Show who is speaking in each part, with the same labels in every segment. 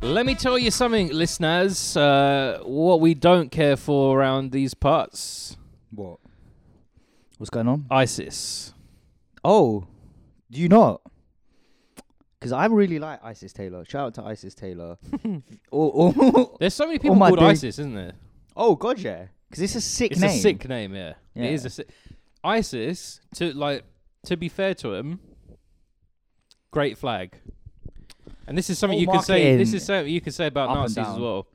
Speaker 1: Let me tell you something, listeners. Uh, what we don't care for around these parts
Speaker 2: What? What's going on?
Speaker 1: ISIS.
Speaker 2: Oh, do you not? Because I really like Isis Taylor. Shout out to Isis Taylor. oh, oh,
Speaker 1: There's so many people
Speaker 2: my
Speaker 1: called
Speaker 2: day-
Speaker 1: ISIS, isn't there?
Speaker 2: oh, God, yeah. Because it's a sick
Speaker 1: It's
Speaker 2: name.
Speaker 1: a sick name, yeah. It is
Speaker 2: Yeah.
Speaker 1: a sick. ISIS to like to be fair to him, great flag. And this is something
Speaker 2: Oh,
Speaker 1: you can say. This
Speaker 2: marketing.
Speaker 1: is something you can say about
Speaker 2: Up and
Speaker 1: Nazis as
Speaker 2: down.
Speaker 1: well.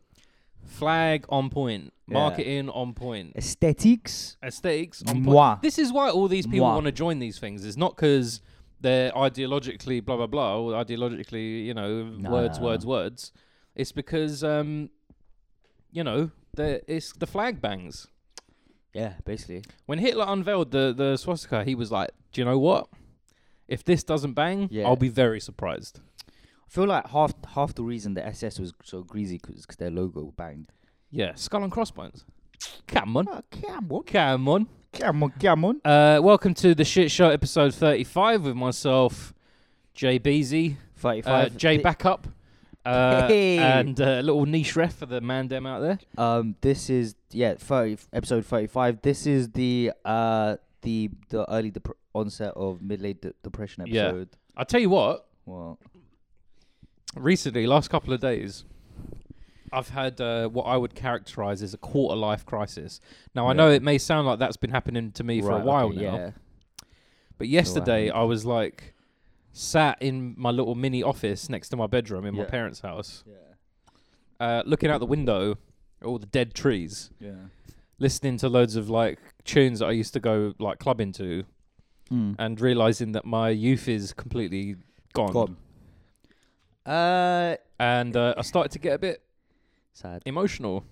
Speaker 1: Flag on point,
Speaker 2: Yeah.
Speaker 1: marketing on point,
Speaker 2: Aesthetics.
Speaker 1: aesthetics on
Speaker 2: Moi.
Speaker 1: point. This is why all these people
Speaker 2: Moi.
Speaker 1: want to join these things. It's not because they're ideologically blah blah blah or ideologically you know words
Speaker 2: no, no.
Speaker 1: words words. It's because um, you know they're- it's the flag bangs.
Speaker 2: Yeah, basically.
Speaker 1: When Hitler unveiled the, the swastika, he was like, "Do you know what? If this doesn't bang,
Speaker 2: Yeah.
Speaker 1: I'll be very surprised."
Speaker 2: I feel like half half the reason the SS was so greasy because their logo banged.
Speaker 1: Yeah, skull and crossbones. Come on,
Speaker 2: Oh, come on,
Speaker 1: come on.
Speaker 2: come on, come on.
Speaker 1: Uh, welcome to the shit show episode thirty-five with myself, Jay Beezy, uh,
Speaker 2: 35.
Speaker 1: Jay
Speaker 2: Thi-
Speaker 1: Backup, uh,
Speaker 2: Hey.
Speaker 1: and uh, little niche ref for the man dem out there.
Speaker 2: Um, this is, yeah, 30, episode 35. This is the, uh, the, the early dep- onset of mid-late de- depression
Speaker 1: Yeah.
Speaker 2: episode.
Speaker 1: I tell you what,
Speaker 2: Well,
Speaker 1: recently, last couple of days. I've had uh, what I would characterize as a quarter life crisis. Now, I
Speaker 2: Yeah.
Speaker 1: know it may sound like that's been happening to me for a
Speaker 2: Right,
Speaker 1: while
Speaker 2: okay,
Speaker 1: now.
Speaker 2: Yeah.
Speaker 1: But yesterday
Speaker 2: happened?
Speaker 1: I was like sat in my little mini office next to my bedroom in my
Speaker 2: Yeah.
Speaker 1: parents' house,
Speaker 2: Yeah.
Speaker 1: uh, looking out the window at all the dead trees,
Speaker 2: Yeah.
Speaker 1: listening to loads of like tunes that I used to go like clubbing to, and realizing that my youth is completely gone.
Speaker 2: Gone. Uh,
Speaker 1: And uh, I started to get a bit
Speaker 2: sad.
Speaker 1: emotional.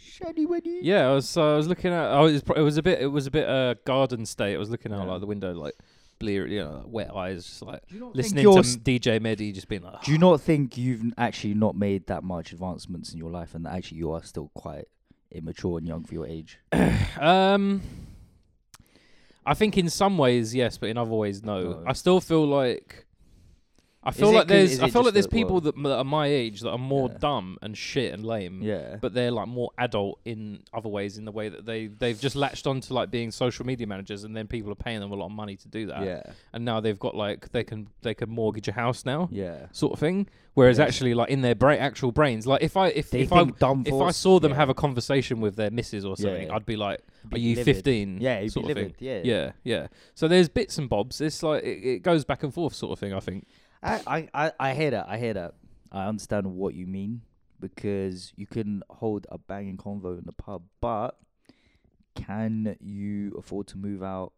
Speaker 2: Shady Weddy.
Speaker 1: Yeah, I was. Uh, I was looking at. I was. It was a bit. It was a bit uh, garden state. I was looking out
Speaker 2: Yeah.
Speaker 1: like the window, like blear, you know, like, wet eyes, just like
Speaker 2: Do you not
Speaker 1: listening
Speaker 2: think
Speaker 1: to
Speaker 2: you're
Speaker 1: m- DJ
Speaker 2: s-
Speaker 1: Medi, just being like,
Speaker 2: Do you not think you've n- actually not made that much advancements in your life, and that actually you are still quite immature and young for your age?
Speaker 1: Um, I think in some ways yes, but in other ways no.
Speaker 2: No.
Speaker 1: I still feel like I feel
Speaker 2: it
Speaker 1: like
Speaker 2: 'cause-
Speaker 1: there's
Speaker 2: is
Speaker 1: I
Speaker 2: it
Speaker 1: feel like
Speaker 2: just
Speaker 1: there's
Speaker 2: that-
Speaker 1: people
Speaker 2: well-
Speaker 1: that, m- that are my age that are more
Speaker 2: Yeah.
Speaker 1: dumb and shit and lame,
Speaker 2: Yeah.
Speaker 1: Um, but they're like more adult in other ways in the way that they they've just latched onto like being social media managers and then people are paying them a lot of money to do that,
Speaker 2: yeah.
Speaker 1: and now they've got like they can they can mortgage a house now.
Speaker 2: Yeah.
Speaker 1: Sort of thing, whereas
Speaker 2: Yeah.
Speaker 1: actually, like in their brain, actual brains, like if I if
Speaker 2: They
Speaker 1: if I
Speaker 2: think dumb
Speaker 1: if I
Speaker 2: thoughts-
Speaker 1: saw them
Speaker 2: yeah.
Speaker 1: have a conversation with their missus or
Speaker 2: Yeah,
Speaker 1: something,
Speaker 2: yeah.
Speaker 1: I'd be like,
Speaker 2: Be
Speaker 1: "Are you
Speaker 2: livid.
Speaker 1: 15?"
Speaker 2: Yeah, you'd be
Speaker 1: sort of thing.
Speaker 2: livid. Yeah.
Speaker 1: yeah, yeah. So there's bits and bobs. It's like it, it goes back and forth, sort of thing. I think.
Speaker 2: I, I, I, I hear that. I hear that. I understand what you mean because you can hold a banging convo in the pub, but can you afford to move out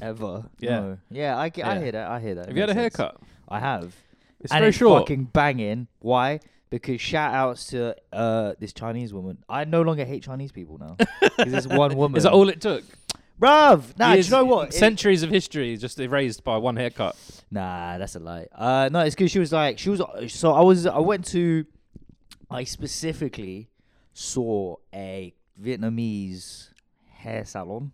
Speaker 2: ever?
Speaker 1: Yeah.
Speaker 2: No. Yeah. I, ge- I
Speaker 1: Yeah.
Speaker 2: hear that. I hear that.
Speaker 1: have you had a
Speaker 2: Makes sense.
Speaker 1: haircut?
Speaker 2: I have.
Speaker 1: It's
Speaker 2: and
Speaker 1: very
Speaker 2: it's
Speaker 1: short.
Speaker 2: fucking banging. Why? Because shout outs to uh, this Chinese woman. I no longer hate Chinese people now. Because it's one woman.
Speaker 1: Is that all it took?
Speaker 2: Bruv! Nah, do
Speaker 1: Years-
Speaker 2: you know what? It-
Speaker 1: Centuries of history just erased by one haircut.
Speaker 2: nah, that's a lie. Uh, no, it's because she was like, she was, so I was, I went to, I specifically saw a Vietnamese hair salon.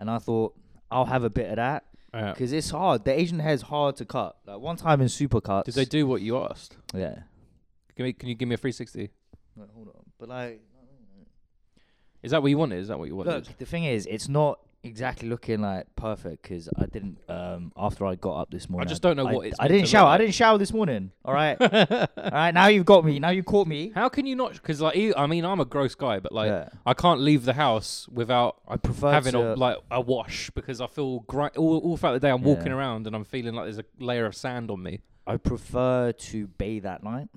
Speaker 2: And I thought, I'll have a bit of that.
Speaker 1: Yeah.
Speaker 2: Because it's hard. The Asian hair is hard to cut. Like one time in Supercuts.
Speaker 1: Did they do what you asked?
Speaker 2: Yeah.
Speaker 1: Can, we, can you give me a 360?
Speaker 2: Wait, hold on. But like,
Speaker 1: Is that what you wanted? Is that what you wanted?
Speaker 2: Look, the thing is, it's not exactly looking like perfect because I didn't. Um, after I got up this morning,
Speaker 1: just don't know what
Speaker 2: I,
Speaker 1: it's
Speaker 2: I
Speaker 1: meant to
Speaker 2: didn't
Speaker 1: look
Speaker 2: shower. I
Speaker 1: like.
Speaker 2: didn't shower this morning. All right, all right. Now you've got me. Now you caught me.
Speaker 1: How can you not? Because like, e- I mean, I'm a gross guy, but like,
Speaker 2: Yeah.
Speaker 1: I can't leave the house without
Speaker 2: I prefer
Speaker 1: having a
Speaker 2: to,
Speaker 1: like a wash because I feel gri- all, all throughout the day I'm walking
Speaker 2: Yeah.
Speaker 1: around and I'm feeling like there's a layer of sand on me.
Speaker 2: I prefer to bathe at night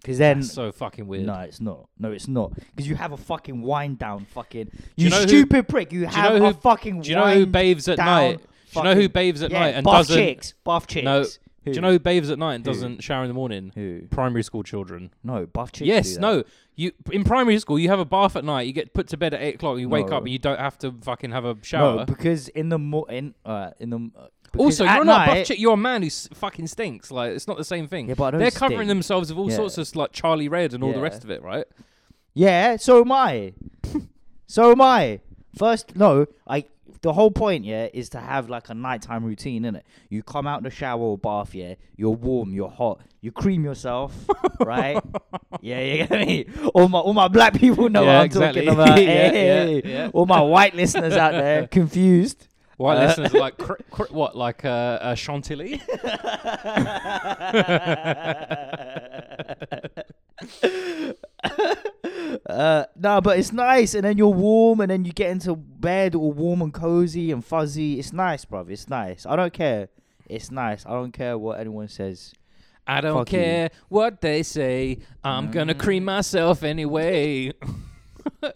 Speaker 2: because then.
Speaker 1: That's so fucking weird.
Speaker 2: No, it's not. No, it's not. Because you have a fucking wind down, fucking.
Speaker 1: you
Speaker 2: You,
Speaker 1: know who-
Speaker 2: stupid prick. You
Speaker 1: you
Speaker 2: have
Speaker 1: know
Speaker 2: a
Speaker 1: who-
Speaker 2: fucking.
Speaker 1: Do you know who
Speaker 2: wind
Speaker 1: bathes at
Speaker 2: down
Speaker 1: night? Do you know who
Speaker 2: fucking-
Speaker 1: bathes at
Speaker 2: yeah,
Speaker 1: night and
Speaker 2: buff
Speaker 1: doesn't?
Speaker 2: chicks? Buff chicks.
Speaker 1: No.
Speaker 2: Who?
Speaker 1: Do you know who bathes at night and
Speaker 2: Who?
Speaker 1: doesn't shower in the morning?
Speaker 2: who?
Speaker 1: Primary school children.
Speaker 2: No, buff chicks. do
Speaker 1: Yes,
Speaker 2: that.
Speaker 1: no. You in primary school, you have a bath at night. You get put to bed at eight o'clock. You wake
Speaker 2: No.
Speaker 1: up and you don't have to fucking have a shower.
Speaker 2: No, because in the mo- in uh, in the m- uh, because
Speaker 1: also,
Speaker 2: at
Speaker 1: you're not a
Speaker 2: night-
Speaker 1: buff chick. You're a man who s- fucking stinks. Like it's not the same thing.
Speaker 2: Yeah, but I don't
Speaker 1: They're covering
Speaker 2: stink.
Speaker 1: themselves with all
Speaker 2: Yeah.
Speaker 1: sorts of like Charlie Red and all the
Speaker 2: Yeah.
Speaker 1: rest of it, right?
Speaker 2: Yeah, so am I. so am I. First, no, I the whole point, yeah, is to have like a nighttime routine, innit? You come out the shower or bath, yeah, you're warm, you're hot, you cream yourself, right? Yeah, you get me? All my all my black people know
Speaker 1: Yeah,
Speaker 2: what I'm
Speaker 1: exactly.
Speaker 2: talking about.
Speaker 1: Yeah,
Speaker 2: Hey,
Speaker 1: yeah, yeah.
Speaker 2: All my white listeners out there confused.
Speaker 1: White
Speaker 2: Uh,
Speaker 1: listeners are like cr- cr- what, like uh, uh, Chantilly?
Speaker 2: Uh, no, but it's nice, and then you're warm, and then you get into bed all warm and cozy and fuzzy. It's nice, bruv. It's nice. I don't care. It's nice. I don't care what anyone says.
Speaker 1: I don't
Speaker 2: Fuck you. Mm.
Speaker 1: care what they say. I'm gonna cream myself anyway. uh,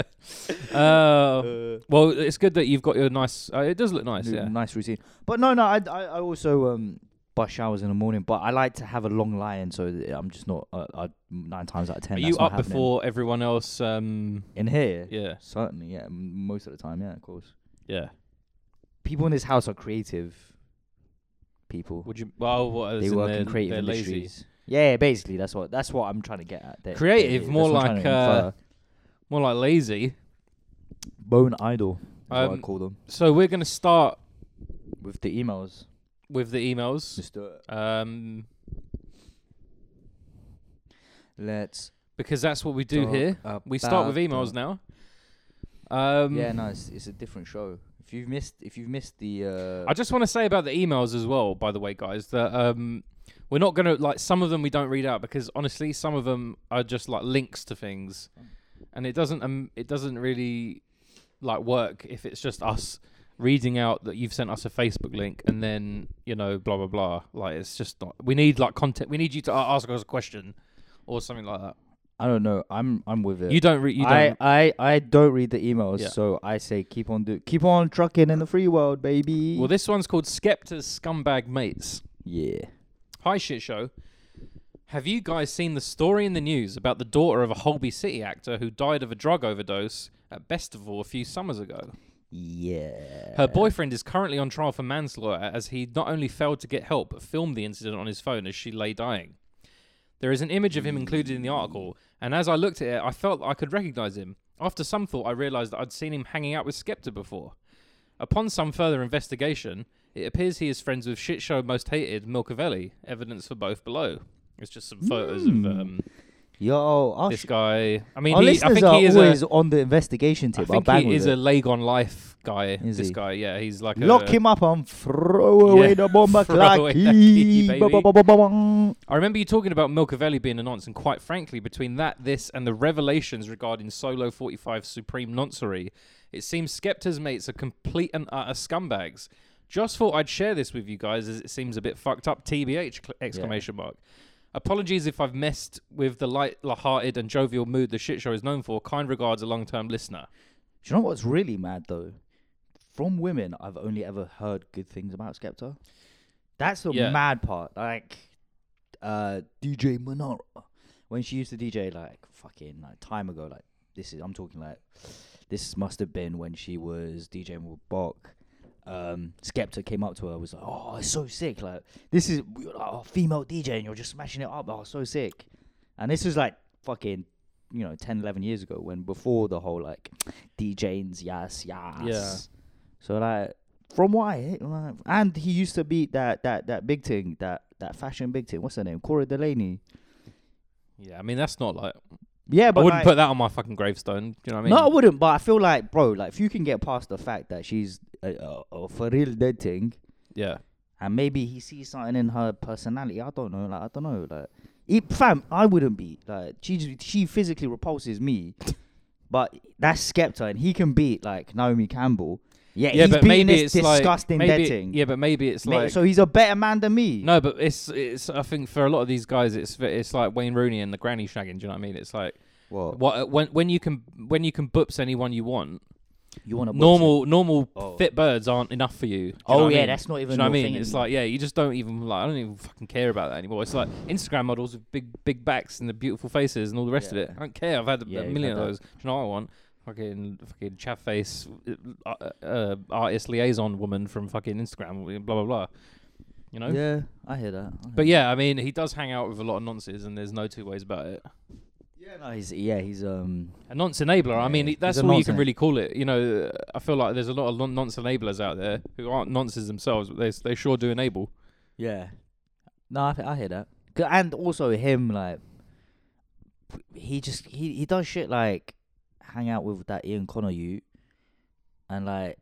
Speaker 1: well, it's good that you've got your nice. Uh, it does look nice,
Speaker 2: N-
Speaker 1: yeah.
Speaker 2: Nice routine. But no, no, I, I, I also um bus showers in the morning, but I like to have a long lie in, so that I'm just not uh, I, nine times out of ten.
Speaker 1: Are
Speaker 2: that's
Speaker 1: you
Speaker 2: not
Speaker 1: up
Speaker 2: happening.
Speaker 1: before everyone else? Um,
Speaker 2: in here?
Speaker 1: yeah,
Speaker 2: Certainly, yeah. m- Most of the time, yeah, of course.
Speaker 1: yeah.
Speaker 2: People in this house are creative. People.
Speaker 1: Would you? Well, what, as
Speaker 2: they
Speaker 1: in
Speaker 2: work
Speaker 1: they're,
Speaker 2: in creative
Speaker 1: they're lazy.
Speaker 2: industries. Yeah, basically, that's what that's what I'm trying to get at. They're-
Speaker 1: Creative,
Speaker 2: they're-
Speaker 1: more
Speaker 2: that's what I'm
Speaker 1: like,
Speaker 2: trying to
Speaker 1: uh,
Speaker 2: infer.
Speaker 1: More like lazy.
Speaker 2: bone idol. Is what I
Speaker 1: um,
Speaker 2: call them
Speaker 1: So we're gonna start
Speaker 2: with the emails.
Speaker 1: with the emails.
Speaker 2: Just uh, do it.
Speaker 1: Um,
Speaker 2: Let's
Speaker 1: because that's what we do
Speaker 2: talk
Speaker 1: here. We start with
Speaker 2: about
Speaker 1: emails
Speaker 2: the-
Speaker 1: now. Um,
Speaker 2: yeah, no, it's, it's a different show. If you've missed, if you've missed the, uh,
Speaker 1: I just want to say about the emails as well, by the way, guys, that um, we're not going to, like, some of them we don't read out because honestly, some of them are just like links to things. And it doesn't, um, it doesn't really like work if it's just us reading out that you've sent us a Facebook link and then, you know, blah, blah, blah. Like, it's just not, we need like content. We need you to a- ask us a question or something like that.
Speaker 2: I don't know. I'm I'm with it.
Speaker 1: You don't read, you don't.
Speaker 2: I, I I don't read the emails,
Speaker 1: Yeah.
Speaker 2: so I say keep on do keep on trucking in the free world, baby.
Speaker 1: well, this one's called Skepta's Scumbag Mates.
Speaker 2: yeah.
Speaker 1: Hi, shit show. Have you guys seen the story in the news about the daughter of a Holby City actor who died of a drug overdose at Bestival a few summers ago?
Speaker 2: Yeah.
Speaker 1: Her boyfriend is currently on trial for manslaughter as he not only failed to get help but filmed the incident on his phone as she lay dying. There is an image of him included in the article, and as I looked at it, I felt I could recognize him. After some thought, I realized that I'd seen him hanging out with Skepta before. Upon some further investigation, it appears he is friends with shit show most hated Milcavelli. Evidence for both below. It's just some photos of um,
Speaker 2: Yo, our,
Speaker 1: this
Speaker 2: sh-
Speaker 1: guy. I
Speaker 2: Hmm. our
Speaker 1: mean, he, I
Speaker 2: listeners
Speaker 1: think
Speaker 2: are
Speaker 1: he is
Speaker 2: always
Speaker 1: a,
Speaker 2: on the investigation
Speaker 1: I think
Speaker 2: tip. will bang
Speaker 1: he
Speaker 2: with
Speaker 1: is
Speaker 2: it.
Speaker 1: a leg on life guy.
Speaker 2: Is
Speaker 1: this
Speaker 2: he?
Speaker 1: guy, yeah, he's like
Speaker 2: Lock
Speaker 1: a,
Speaker 2: him up and throw away
Speaker 1: Yeah,
Speaker 2: the bomber
Speaker 1: throw away that key, baby.
Speaker 2: baby.
Speaker 1: I remember you talking about Milcavelli being a nonce, and quite frankly, between that, this, and the revelations regarding Solo 45 Supreme Noncery, it seems Skepta's mates are complete and utter scumbags. Just thought I'd share this with you guys as it seems a bit fucked up, TBH! cl- Exclamation mark. Apologies if I've messed with the light-hearted and jovial mood the shit show is known for. Kind regards, a long-term listener.
Speaker 2: Do you know what's really mad though? From women, I've only ever heard good things about Skepta. That's the
Speaker 1: Yeah.
Speaker 2: mad part. Like uh, DJ Monara, when she used to DJ like fucking like time ago. Like this is I'm talking like this must have been when she was DJing with Bok. Um, Skepta came up to her was like, "Oh, it's so sick! Like this is we- oh, female DJ, and you're just smashing it up. Oh, so sick!" And this was like fucking you know 10, 11 years ago when before the whole like DJs, yes, yes.
Speaker 1: Yeah.
Speaker 2: So like from what I hear, like, and he used to beat that that that big thing that that fashion big thing. What's her name? Cora Delaney.
Speaker 1: Yeah, I mean that's not like
Speaker 2: Yeah,
Speaker 1: I
Speaker 2: but
Speaker 1: wouldn't
Speaker 2: like-
Speaker 1: put that on my fucking gravestone. You know what I mean?
Speaker 2: no, I wouldn't. But I feel like, bro, like if you can get past the fact that she's a, a, a for real dead thing,
Speaker 1: Yeah.
Speaker 2: and maybe he sees something in her personality. I don't know. Like I don't know. Like, it, fam, I wouldn't be like she. j- She physically repulses me, but that's Skepta, and he can beat like Naomi Campbell. Yeah,
Speaker 1: yeah,
Speaker 2: he's
Speaker 1: but
Speaker 2: beating
Speaker 1: maybe
Speaker 2: this
Speaker 1: it's
Speaker 2: disgusting
Speaker 1: like
Speaker 2: dead
Speaker 1: maybe,
Speaker 2: thing.
Speaker 1: Yeah, but maybe it's
Speaker 2: Ma-
Speaker 1: like
Speaker 2: so he's a better man than me.
Speaker 1: No, but it's it's. I think for a lot of these guys, it's it's like Wayne Rooney and the granny shagging. Do you know what I mean? It's like
Speaker 2: What?
Speaker 1: what uh, when when you can when you can boops anyone you want.
Speaker 2: You want to
Speaker 1: Normal normal
Speaker 2: Oh.
Speaker 1: fit birds aren't enough for you. Do you know
Speaker 2: Oh
Speaker 1: what I
Speaker 2: yeah,
Speaker 1: mean?
Speaker 2: that's not
Speaker 1: Do
Speaker 2: even.
Speaker 1: you know what I
Speaker 2: your
Speaker 1: mean?
Speaker 2: thing
Speaker 1: It's
Speaker 2: anymore.
Speaker 1: like yeah, you just don't even like. I don't even fucking care about that anymore. It's like Instagram models with big big backs and the beautiful faces and all the rest of it.
Speaker 2: Yeah.
Speaker 1: I don't care. I've had a-
Speaker 2: Yeah,
Speaker 1: a
Speaker 2: you've
Speaker 1: million of
Speaker 2: had that.
Speaker 1: those. Do you know what I want? Fucking fucking chaff face, uh, uh, artist liaison woman from fucking Instagram. Blah blah blah. You know.
Speaker 2: Yeah, I hear that. I hear
Speaker 1: But yeah, I mean, he does hang out with a lot of nonsense, and there's no two ways about it.
Speaker 2: that. Yeah, no, he's yeah, he's um
Speaker 1: A nonce enabler. I mean,
Speaker 2: Yeah,
Speaker 1: it- that's
Speaker 2: he's a
Speaker 1: all you
Speaker 2: nonce
Speaker 1: can
Speaker 2: en-
Speaker 1: really call it. You know, I feel like there's a lot of non- nonce enablers out there who aren't nonces themselves, but they s- they sure do enable.
Speaker 2: yeah. No, I, I hear that. 'Cause- And also him like he just he he does shit like hang out with that Ian Connor you and like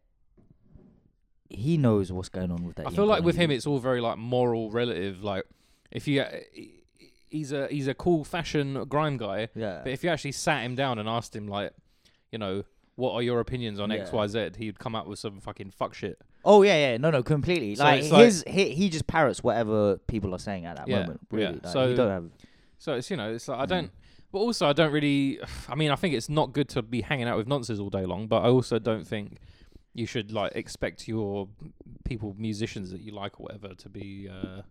Speaker 2: he knows what's going on with that.
Speaker 1: I
Speaker 2: Ian
Speaker 1: feel like
Speaker 2: Connor
Speaker 1: with him,
Speaker 2: youth.
Speaker 1: it's all very like moral relative. Like, if you he- he's a he's a cool fashion grime guy,
Speaker 2: yeah.
Speaker 1: but if you actually sat him down and asked him like, you know, what are your opinions on X
Speaker 2: Yeah.
Speaker 1: Y Z, he'd come out with some fucking fuck shit.
Speaker 2: Oh yeah, yeah, no, no, completely.
Speaker 1: So
Speaker 2: like
Speaker 1: it's like-
Speaker 2: his, he, he just parrots whatever people are saying at that
Speaker 1: Yeah,
Speaker 2: moment.
Speaker 1: yeah.
Speaker 2: Really, Like,
Speaker 1: So-
Speaker 2: you don't have.
Speaker 1: So it's you know it's like I don't,
Speaker 2: Mm.
Speaker 1: but also I don't really. I mean I think it's not good to be hanging out with nonces all day long, but I also don't think you should like expect your people musicians that you like or whatever to be uh,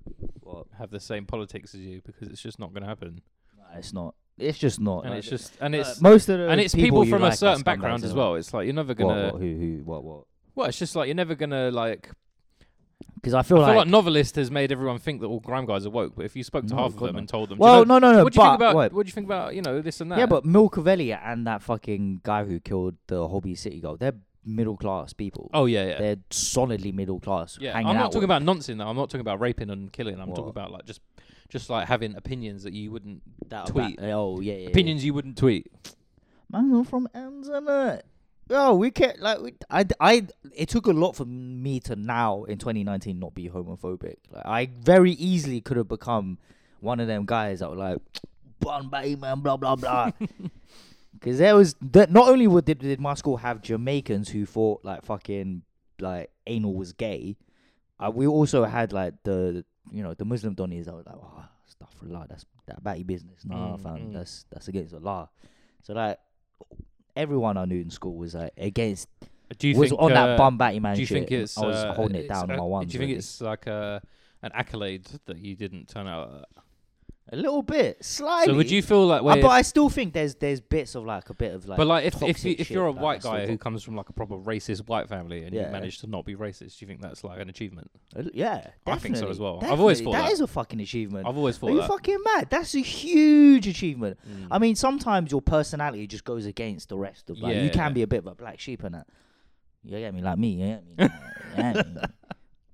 Speaker 2: What?
Speaker 1: have the same politics as you because it's just not going to happen.
Speaker 2: Nah, it's not. It's just not.
Speaker 1: And
Speaker 2: like,
Speaker 1: it's just and
Speaker 2: uh,
Speaker 1: it's
Speaker 2: most of the
Speaker 1: and it's people,
Speaker 2: you
Speaker 1: from
Speaker 2: like
Speaker 1: a
Speaker 2: are
Speaker 1: certain
Speaker 2: scumbags
Speaker 1: background as
Speaker 2: anyway.
Speaker 1: well. It's like you're never gonna.
Speaker 2: What, what, who, who, what, what?
Speaker 1: Well, it's just like you're never gonna like.
Speaker 2: Because I feel
Speaker 1: I
Speaker 2: like.
Speaker 1: feel like novelist has made everyone think that all grime guys are woke, but if you spoke to
Speaker 2: No,
Speaker 1: half of
Speaker 2: God,
Speaker 1: them
Speaker 2: no.
Speaker 1: and told them, do you
Speaker 2: Mm, well,
Speaker 1: know-
Speaker 2: no, no, no.
Speaker 1: what do you
Speaker 2: but
Speaker 1: think about?
Speaker 2: wait.
Speaker 1: What do you think about? You know this and that.
Speaker 2: yeah, but Milcavelli and that fucking guy who killed the Hobby City girl, they're middle class people.
Speaker 1: oh yeah, yeah.
Speaker 2: They're solidly middle class.
Speaker 1: Yeah,
Speaker 2: hanging
Speaker 1: I'm not
Speaker 2: out
Speaker 1: talking
Speaker 2: with.
Speaker 1: about nonsense. Though. I'm not talking about raping and killing. I'm talking
Speaker 2: What?
Speaker 1: about like just, just like having opinions that you wouldn't
Speaker 2: that
Speaker 1: tweet.
Speaker 2: About, oh yeah, yeah, yeah.
Speaker 1: opinions you wouldn't tweet.
Speaker 2: Man, I'm from Amsterdam. Yo, we can't like we, I, I it took a lot for me to now in 2019 not be homophobic. Like I very easily could have become one of them guys that were like "Bun bay man blah blah blah. Cuz there was that not only would did, did my school have Jamaicans who thought like fucking like anal was gay. Uh, we also had like the you know the Muslim donnies that were like oh stuff for Allah that's that batty business. Nah,
Speaker 1: Mm,
Speaker 2: fam,
Speaker 1: mm.
Speaker 2: that's that's against Allah. So like everyone I knew in school was like against
Speaker 1: Do you
Speaker 2: was
Speaker 1: think
Speaker 2: on
Speaker 1: uh,
Speaker 2: that bum batty man
Speaker 1: Do you
Speaker 2: shit.
Speaker 1: think it's?
Speaker 2: I was
Speaker 1: uh,
Speaker 2: holding it
Speaker 1: it's
Speaker 2: down
Speaker 1: a-
Speaker 2: on my one.
Speaker 1: Do you think it's like a an accolade that you didn't turn out?
Speaker 2: a little bit
Speaker 1: at?
Speaker 2: slightly?
Speaker 1: So would you feel like?
Speaker 2: Uh,
Speaker 1: way
Speaker 2: but I still think there's there's bits of like a bit of like.
Speaker 1: but like if if, you,
Speaker 2: toxic
Speaker 1: if you're a
Speaker 2: shit, like, I
Speaker 1: white
Speaker 2: still
Speaker 1: guy who
Speaker 2: got-
Speaker 1: comes from like a proper racist white family and you
Speaker 2: Yeah.
Speaker 1: manage to not be racist, do you think that's like an achievement?
Speaker 2: Uh, yeah,
Speaker 1: I think so as
Speaker 2: definitely,
Speaker 1: well. I've always
Speaker 2: definitely.
Speaker 1: thought that.
Speaker 2: that is a fucking achievement.
Speaker 1: I've always thought
Speaker 2: Are you
Speaker 1: that.
Speaker 2: fucking mad? That's a huge achievement.
Speaker 1: Mm.
Speaker 2: I mean, sometimes your personality just goes against the rest of like
Speaker 1: Yeah,
Speaker 2: you
Speaker 1: yeah.
Speaker 2: can be a bit of a black sheep in that. You get me like me, yeah, me, yeah, me.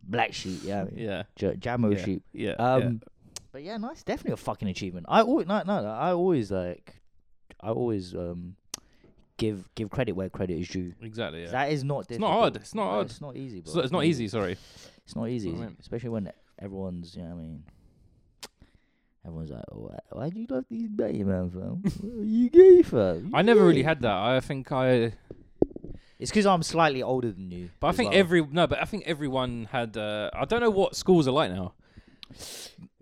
Speaker 2: black sheep, yeah, me.
Speaker 1: yeah,
Speaker 2: J- Jamo
Speaker 1: yeah,
Speaker 2: sheep.
Speaker 1: yeah,
Speaker 2: Um,
Speaker 1: yeah.
Speaker 2: but yeah, no, it's definitely a fucking achievement. I always no, no, no, I always like, I always um, give give credit where credit is due.
Speaker 1: exactly. Yeah.
Speaker 2: That is not
Speaker 1: It's
Speaker 2: difficult.
Speaker 1: not hard, it's not
Speaker 2: No,
Speaker 1: hard.
Speaker 2: It's not easy.
Speaker 1: It's
Speaker 2: bro.
Speaker 1: not- it's not easy. Sorry.
Speaker 2: It's not easy,
Speaker 1: what I mean.
Speaker 2: especially when everyone's, you know what I mean? Everyone's like, oh, why, why do you love these gay man, fam? What are you gay, fam? You
Speaker 1: I never really
Speaker 2: gay."
Speaker 1: had that. I think I,
Speaker 2: It's because I'm slightly older than you.
Speaker 1: but I
Speaker 2: as
Speaker 1: think
Speaker 2: well.
Speaker 1: every no, but I think everyone had. Uh, I don't know what schools are like now.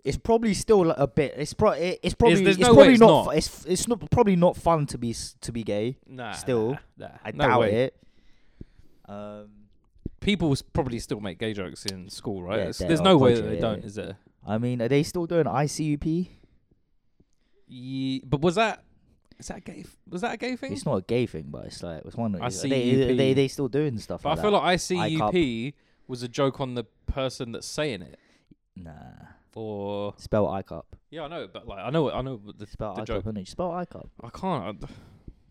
Speaker 2: It's probably still like, a bit. It's, pro- it- it's probably.
Speaker 1: there's
Speaker 2: it's
Speaker 1: no way
Speaker 2: probably
Speaker 1: it's not.
Speaker 2: not. fu- It's it's not probably not fun to be s- to be gay.
Speaker 1: Nah,
Speaker 2: Still,
Speaker 1: nah, nah,
Speaker 2: I
Speaker 1: no
Speaker 2: doubt
Speaker 1: way.
Speaker 2: it. Um,
Speaker 1: People s- probably still make gay jokes in school, right?
Speaker 2: Yeah,
Speaker 1: It's-
Speaker 2: they
Speaker 1: there's
Speaker 2: are
Speaker 1: no way that
Speaker 2: culture,
Speaker 1: they
Speaker 2: yeah,
Speaker 1: don't,
Speaker 2: yeah.
Speaker 1: is there?
Speaker 2: I mean, are they still doing ICUP?
Speaker 1: Ye but was that is that a gay? f- Was that a gay thing?
Speaker 2: It's not a gay thing, but it's like it's one. of those- are They,
Speaker 1: ICUP.
Speaker 2: are they they still doing stuff.
Speaker 1: but I
Speaker 2: like
Speaker 1: feel
Speaker 2: that?
Speaker 1: like ICUP was a joke on the person that's saying it.
Speaker 2: nah.
Speaker 1: Or
Speaker 2: Spell ICUP.
Speaker 1: yeah, I know, but like I know, I know what the,
Speaker 2: Spell
Speaker 1: the
Speaker 2: ICUP.
Speaker 1: joke.
Speaker 2: innit? Spell ICUP.
Speaker 1: I can't. I-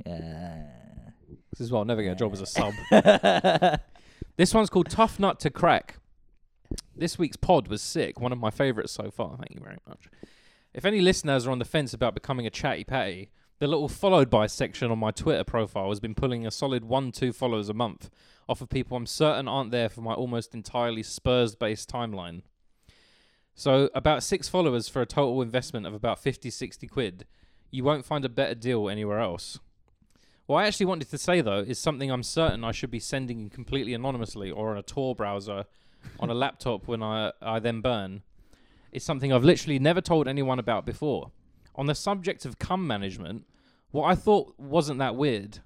Speaker 2: Yeah.
Speaker 1: This is why I'll never get a job as a sub.
Speaker 2: yeah,
Speaker 1: This one's called Tough Nut to Crack. This week's pod was sick, one of my favourites so far. Thank you very much. If any listeners are on the fence about becoming a chatty patty, the little followed by section on my Twitter profile has been pulling a solid one, two followers a month off of people I'm certain aren't there for my almost entirely Spurs based timeline. So, about six followers for a total investment of about 50, 60 quid. You won't find a better deal anywhere else. What I actually wanted to say though is something I'm certain I should be sending in completely anonymously or on a Tor browser on a laptop when I, I then burn. It's something I've literally never told anyone about before. On the subject of cum management, what I thought wasn't that weird.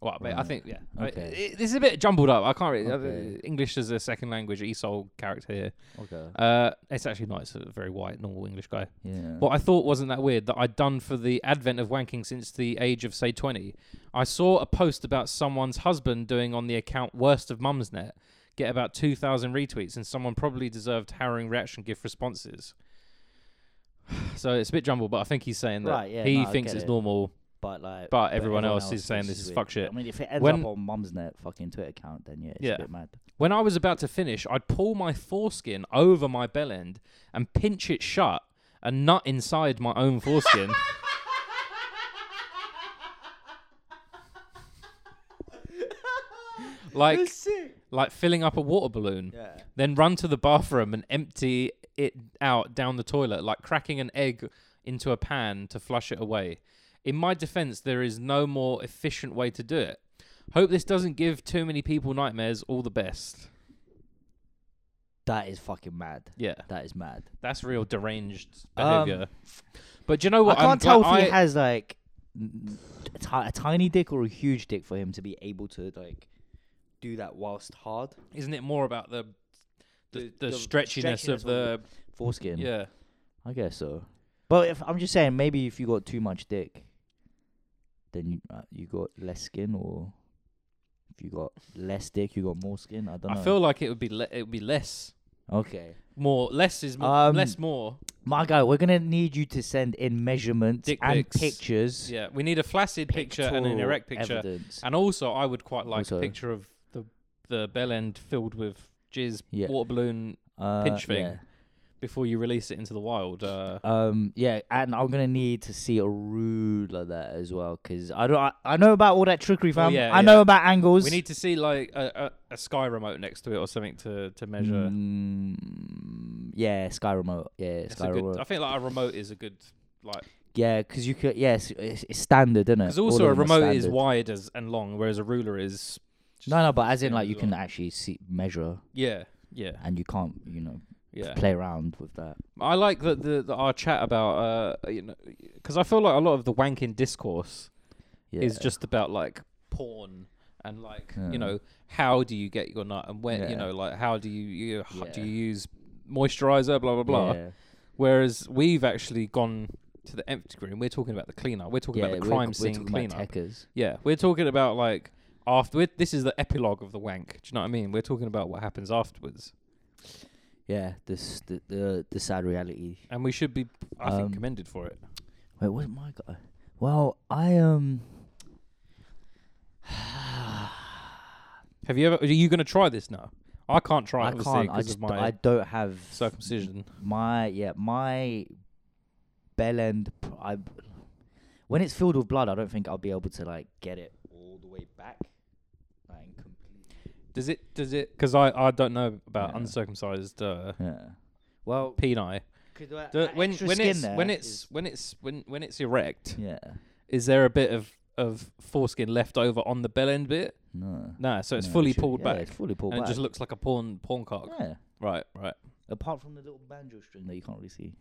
Speaker 1: Well, mate, I
Speaker 2: Right.
Speaker 1: think yeah.
Speaker 2: Okay.
Speaker 1: It, this is a bit jumbled up. I can't really
Speaker 2: Okay.
Speaker 1: uh, English as a second language. Esol character here.
Speaker 2: Okay.
Speaker 1: Uh, it's actually not. It's a very white, normal English guy.
Speaker 2: Yeah.
Speaker 1: What I thought wasn't that weird that I'd done for the advent of wanking since the age of, say, 20. I saw a post about someone's husband doing on the account Worst of Mum's Net get about 2,000 retweets, and someone probably deserved harrowing reaction gift responses. So it's a bit jumbled, but I think he's saying that
Speaker 2: Right, yeah,
Speaker 1: he
Speaker 2: no, I
Speaker 1: thinks
Speaker 2: get
Speaker 1: it's
Speaker 2: it.
Speaker 1: normal.
Speaker 2: But like,
Speaker 1: But everyone else is saying
Speaker 2: thinks
Speaker 1: this
Speaker 2: it's
Speaker 1: is
Speaker 2: weird.
Speaker 1: fuck shit.
Speaker 2: I mean, if it ends
Speaker 1: When-
Speaker 2: up on Mum's net fucking Twitter account, then yeah, it's
Speaker 1: Yeah.
Speaker 2: a bit mad.
Speaker 1: When I was about to finish, I'd pull my foreskin over my bell end and pinch it shut, a nut inside my own foreskin. like like filling up a water balloon.
Speaker 2: Yeah.
Speaker 1: Then run to the bathroom and empty it out down the toilet, like cracking an egg into a pan to flush it away. In my defense, there is no more efficient way to do it. Hope this doesn't give too many people nightmares. All the best.
Speaker 2: That is fucking mad.
Speaker 1: Yeah,
Speaker 2: That is mad.
Speaker 1: that's real deranged
Speaker 2: Um,
Speaker 1: behavior. but do you know what?
Speaker 2: I can't
Speaker 1: I'm glad
Speaker 2: tell if he
Speaker 1: I-
Speaker 2: has like n- a ti- a tiny dick or a huge dick for him to be able to like do that whilst hard
Speaker 1: Isn't it more about the the,
Speaker 2: The-
Speaker 1: the,
Speaker 2: the
Speaker 1: stretchiness
Speaker 2: stretchiness
Speaker 1: of
Speaker 2: of
Speaker 1: the
Speaker 2: foreskin.
Speaker 1: yeah?
Speaker 2: I guess so. But if I'm just saying, maybe if you got too much dick, then you uh, you got less skin, or if you got less dick, you got more skin. I don't
Speaker 1: I
Speaker 2: know.
Speaker 1: feel like it would be le- it would be less
Speaker 2: okay.
Speaker 1: more less is more,
Speaker 2: Um,
Speaker 1: less more.
Speaker 2: My guy, we're gonna need you to send in measurements
Speaker 1: Dick
Speaker 2: and
Speaker 1: pics.
Speaker 2: pictures.
Speaker 1: Yeah, we need a flaccid picture and an
Speaker 2: pictorial
Speaker 1: erect picture.
Speaker 2: Evidence.
Speaker 1: And also, I would quite like a
Speaker 2: Also-
Speaker 1: picture of the the bell end filled with jizz
Speaker 2: Yeah.
Speaker 1: water balloon
Speaker 2: Uh,
Speaker 1: pinch thing.
Speaker 2: yeah.
Speaker 1: before you release it into the wild. Uh,
Speaker 2: Um, yeah, and I'm gonna need to see a ruler there as well, cause I don't, I, I know about all that trickery, fam.
Speaker 1: yeah,
Speaker 2: I
Speaker 1: yeah.
Speaker 2: know about angles.
Speaker 1: we need to see like a, a, a sky remote next to it or something to to measure.
Speaker 2: Hmm. Mm, yeah, sky remote. Yeah,
Speaker 1: That's
Speaker 2: sky
Speaker 1: a good-
Speaker 2: remote.
Speaker 1: I think like a remote is a good like
Speaker 2: Yeah, 'cause you could. Yes, it's, it's standard, isn't it?
Speaker 1: because
Speaker 2: All
Speaker 1: also
Speaker 2: of
Speaker 1: a
Speaker 2: them are
Speaker 1: remote is
Speaker 2: standard.
Speaker 1: wide as and long, whereas a ruler is just-
Speaker 2: No, no, but as in
Speaker 1: Yeah,
Speaker 2: like you
Speaker 1: as
Speaker 2: can
Speaker 1: well.
Speaker 2: actually see measure,
Speaker 1: yeah yeah
Speaker 2: and you can't, you know,
Speaker 1: yeah.
Speaker 2: play around with that.
Speaker 1: I like that the, the our chat about uh you know because I feel like a lot of the wanking discourse
Speaker 2: Yeah.
Speaker 1: is just about like porn and like
Speaker 2: Yeah.
Speaker 1: you know how do you get your nut and when
Speaker 2: Yeah.
Speaker 1: you know like how do you, you h- do
Speaker 2: Yeah.
Speaker 1: you use moisturizer blah blah blah
Speaker 2: Yeah.
Speaker 1: whereas we've actually gone to the empty room we're talking about the cleaner we're talking
Speaker 2: Yeah,
Speaker 1: about the
Speaker 2: we're-
Speaker 1: crime
Speaker 2: we're
Speaker 1: scene
Speaker 2: talking about
Speaker 1: cleaner
Speaker 2: techers.
Speaker 1: yeah we're talking about like after we're- this is the epilogue of the wank do you know what I mean we're talking about what happens afterwards
Speaker 2: Yeah, this the the, the sad reality.
Speaker 1: and we should be I think
Speaker 2: Um,
Speaker 1: commended for it
Speaker 2: Wait, what's my guy? Well, I um.
Speaker 1: have you ever are you going to try this now I can't try
Speaker 2: I
Speaker 1: it
Speaker 2: can't. I
Speaker 1: because
Speaker 2: just
Speaker 1: of my
Speaker 2: I don't have
Speaker 1: circumcision
Speaker 2: my yeah my bell end. pr- I when it's filled with blood, I don't think I'll be able to like get it all the way back. Like in complete.
Speaker 1: Does it? Does it? Because I, I don't know about
Speaker 2: Yeah.
Speaker 1: uncircumcised uh,
Speaker 2: Yeah. Well,
Speaker 1: peni.
Speaker 2: could I,
Speaker 1: Do,
Speaker 2: that
Speaker 1: when
Speaker 2: extra
Speaker 1: when
Speaker 2: skin
Speaker 1: it's
Speaker 2: there
Speaker 1: when it's
Speaker 2: is-
Speaker 1: when it's when when it's erect,
Speaker 2: yeah
Speaker 1: is there a bit of of foreskin left over on the bell end bit?
Speaker 2: no.
Speaker 1: Nah, so it's
Speaker 2: no,
Speaker 1: fully
Speaker 2: it should-
Speaker 1: pulled
Speaker 2: yeah,
Speaker 1: back,
Speaker 2: It's fully pulled
Speaker 1: and
Speaker 2: back.
Speaker 1: it just looks like a porn porn cock.
Speaker 2: yeah.
Speaker 1: Right, right
Speaker 2: Apart from the little banjo string that you can't really see.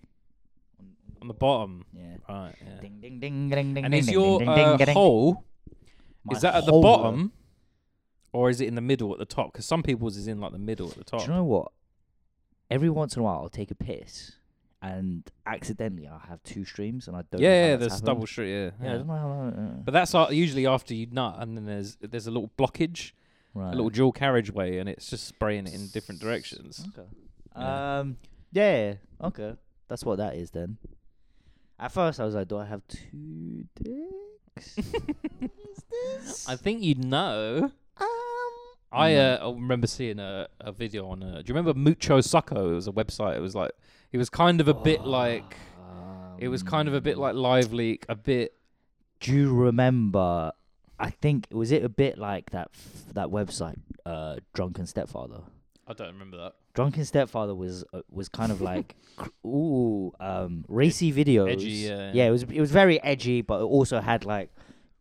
Speaker 2: On,
Speaker 1: on the bottom.
Speaker 2: Yeah.
Speaker 1: Right. Yeah.
Speaker 2: Ding ding ding ding ding.
Speaker 1: And
Speaker 2: ding,
Speaker 1: is
Speaker 2: ding,
Speaker 1: your
Speaker 2: ding, ding,
Speaker 1: uh,
Speaker 2: ding, ding.
Speaker 1: hole
Speaker 2: My
Speaker 1: is that at the
Speaker 2: whole-
Speaker 1: bottom, or is it in the middle at the top? Because some people's is in like the middle at the
Speaker 2: Do
Speaker 1: top.
Speaker 2: you know what? Every once in a while, I'll take a piss, and accidentally I'll have two streams, and I don't. know how
Speaker 1: yeah, yeah,
Speaker 2: that's
Speaker 1: there's
Speaker 2: happened.
Speaker 1: double street.
Speaker 2: Yeah, I don't know how. That,
Speaker 1: But that's uh, usually after you nut, and then there's there's a little blockage,
Speaker 2: right.
Speaker 1: a little dual carriageway, and it's just spraying it in different directions.
Speaker 2: Okay.
Speaker 1: Yeah.
Speaker 2: Um. Yeah. Okay. That's what that is then. At first, I was like, "Do I have two dicks?"
Speaker 1: I think you know.
Speaker 2: um. Hmm.
Speaker 1: I uh, I remember seeing a, a video on. Uh, do you remember Mucho Succo? It was a website. It was like it was kind of a
Speaker 2: Oh,
Speaker 1: bit like it was kind of a bit
Speaker 2: um,
Speaker 1: like Live Leak, a bit.
Speaker 2: Do you remember? I think was it a bit like that f- that website, uh, Drunken Stepfather.
Speaker 1: I don't remember that.
Speaker 2: Drunken Stepfather was uh, was kind of like cr- ooh um, racy videos.
Speaker 1: E-, edgy, yeah.
Speaker 2: yeah. It was it was very edgy, but it also had like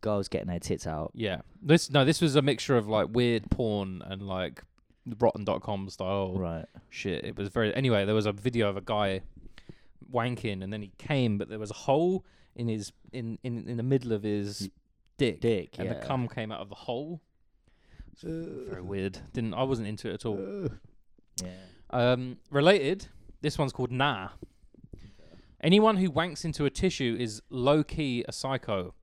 Speaker 2: girls getting their tits out.
Speaker 1: Yeah, this no, this was a mixture of like weird porn and like rotten.com style
Speaker 2: Right.
Speaker 1: shit. It was very anyway. There was a video of a guy wanking, and then he came, but there was a hole in his in in, in the middle of his dick,
Speaker 2: Dick.
Speaker 1: and
Speaker 2: yeah.
Speaker 1: the cum came out of the hole. It's very weird. Didn't I wasn't into it at all.
Speaker 2: Yeah.
Speaker 1: Um, related, this one's called Nah. Anyone who wanks into a tissue is low key a psycho.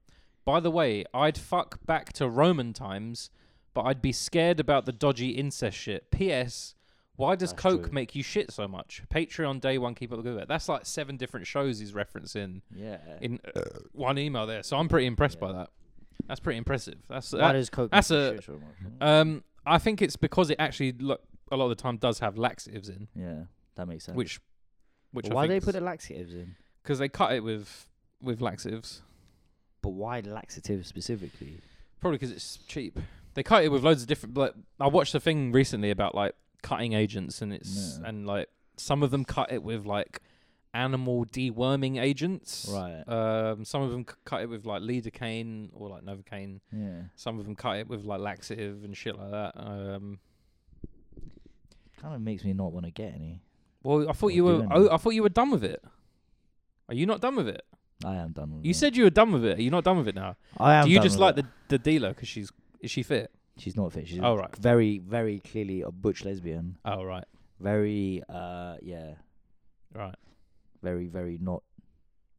Speaker 1: By the way, I'd fuck back to Roman times, but I'd be scared about the dodgy incest shit. P.S. Why does
Speaker 2: That's
Speaker 1: Coke
Speaker 2: true.
Speaker 1: make you shit so much? Patreon day one, keep up the good work. That's like seven different shows he's referencing
Speaker 2: Yeah.
Speaker 1: in uh, one email there. So I'm pretty impressed by that. That's pretty impressive. That's
Speaker 2: Why
Speaker 1: that,
Speaker 2: does Coke?
Speaker 1: uh, that's
Speaker 2: make you
Speaker 1: a-
Speaker 2: shit so much?
Speaker 1: um. I think it's because it actually look, a lot of the time does have laxatives in,
Speaker 2: Yeah, that makes sense.
Speaker 1: which which
Speaker 2: But why they put the laxatives in?
Speaker 1: because they cut it with with laxatives
Speaker 2: But why laxatives specifically?
Speaker 1: probably because it's cheap. They cut it with loads of different. Like I watched a thing recently about like cutting agents, and it's
Speaker 2: Yeah.
Speaker 1: and like some of them cut it with like animal deworming agents.
Speaker 2: Right.
Speaker 1: Um, some of them c- cut it with like lidocaine or like novocaine.
Speaker 2: Yeah.
Speaker 1: Some of them cut it with like laxative and shit like that. Um,
Speaker 2: Kind of makes me not want to get any.
Speaker 1: well, I thought
Speaker 2: Or
Speaker 1: you were.
Speaker 2: doing
Speaker 1: Oh,
Speaker 2: it.
Speaker 1: I thought you were done with it. Are you not done with it?
Speaker 2: I am done with
Speaker 1: You
Speaker 2: it.
Speaker 1: said you were done with it. Are you not done with it now?
Speaker 2: I am.
Speaker 1: Do you
Speaker 2: done
Speaker 1: just
Speaker 2: with
Speaker 1: like
Speaker 2: it.
Speaker 1: the the dealer because she's is she fit?
Speaker 2: She's not fit. She's
Speaker 1: Oh right.
Speaker 2: very, very clearly a butch lesbian.
Speaker 1: Oh right.
Speaker 2: Very, uh, yeah,
Speaker 1: Right.
Speaker 2: very, very not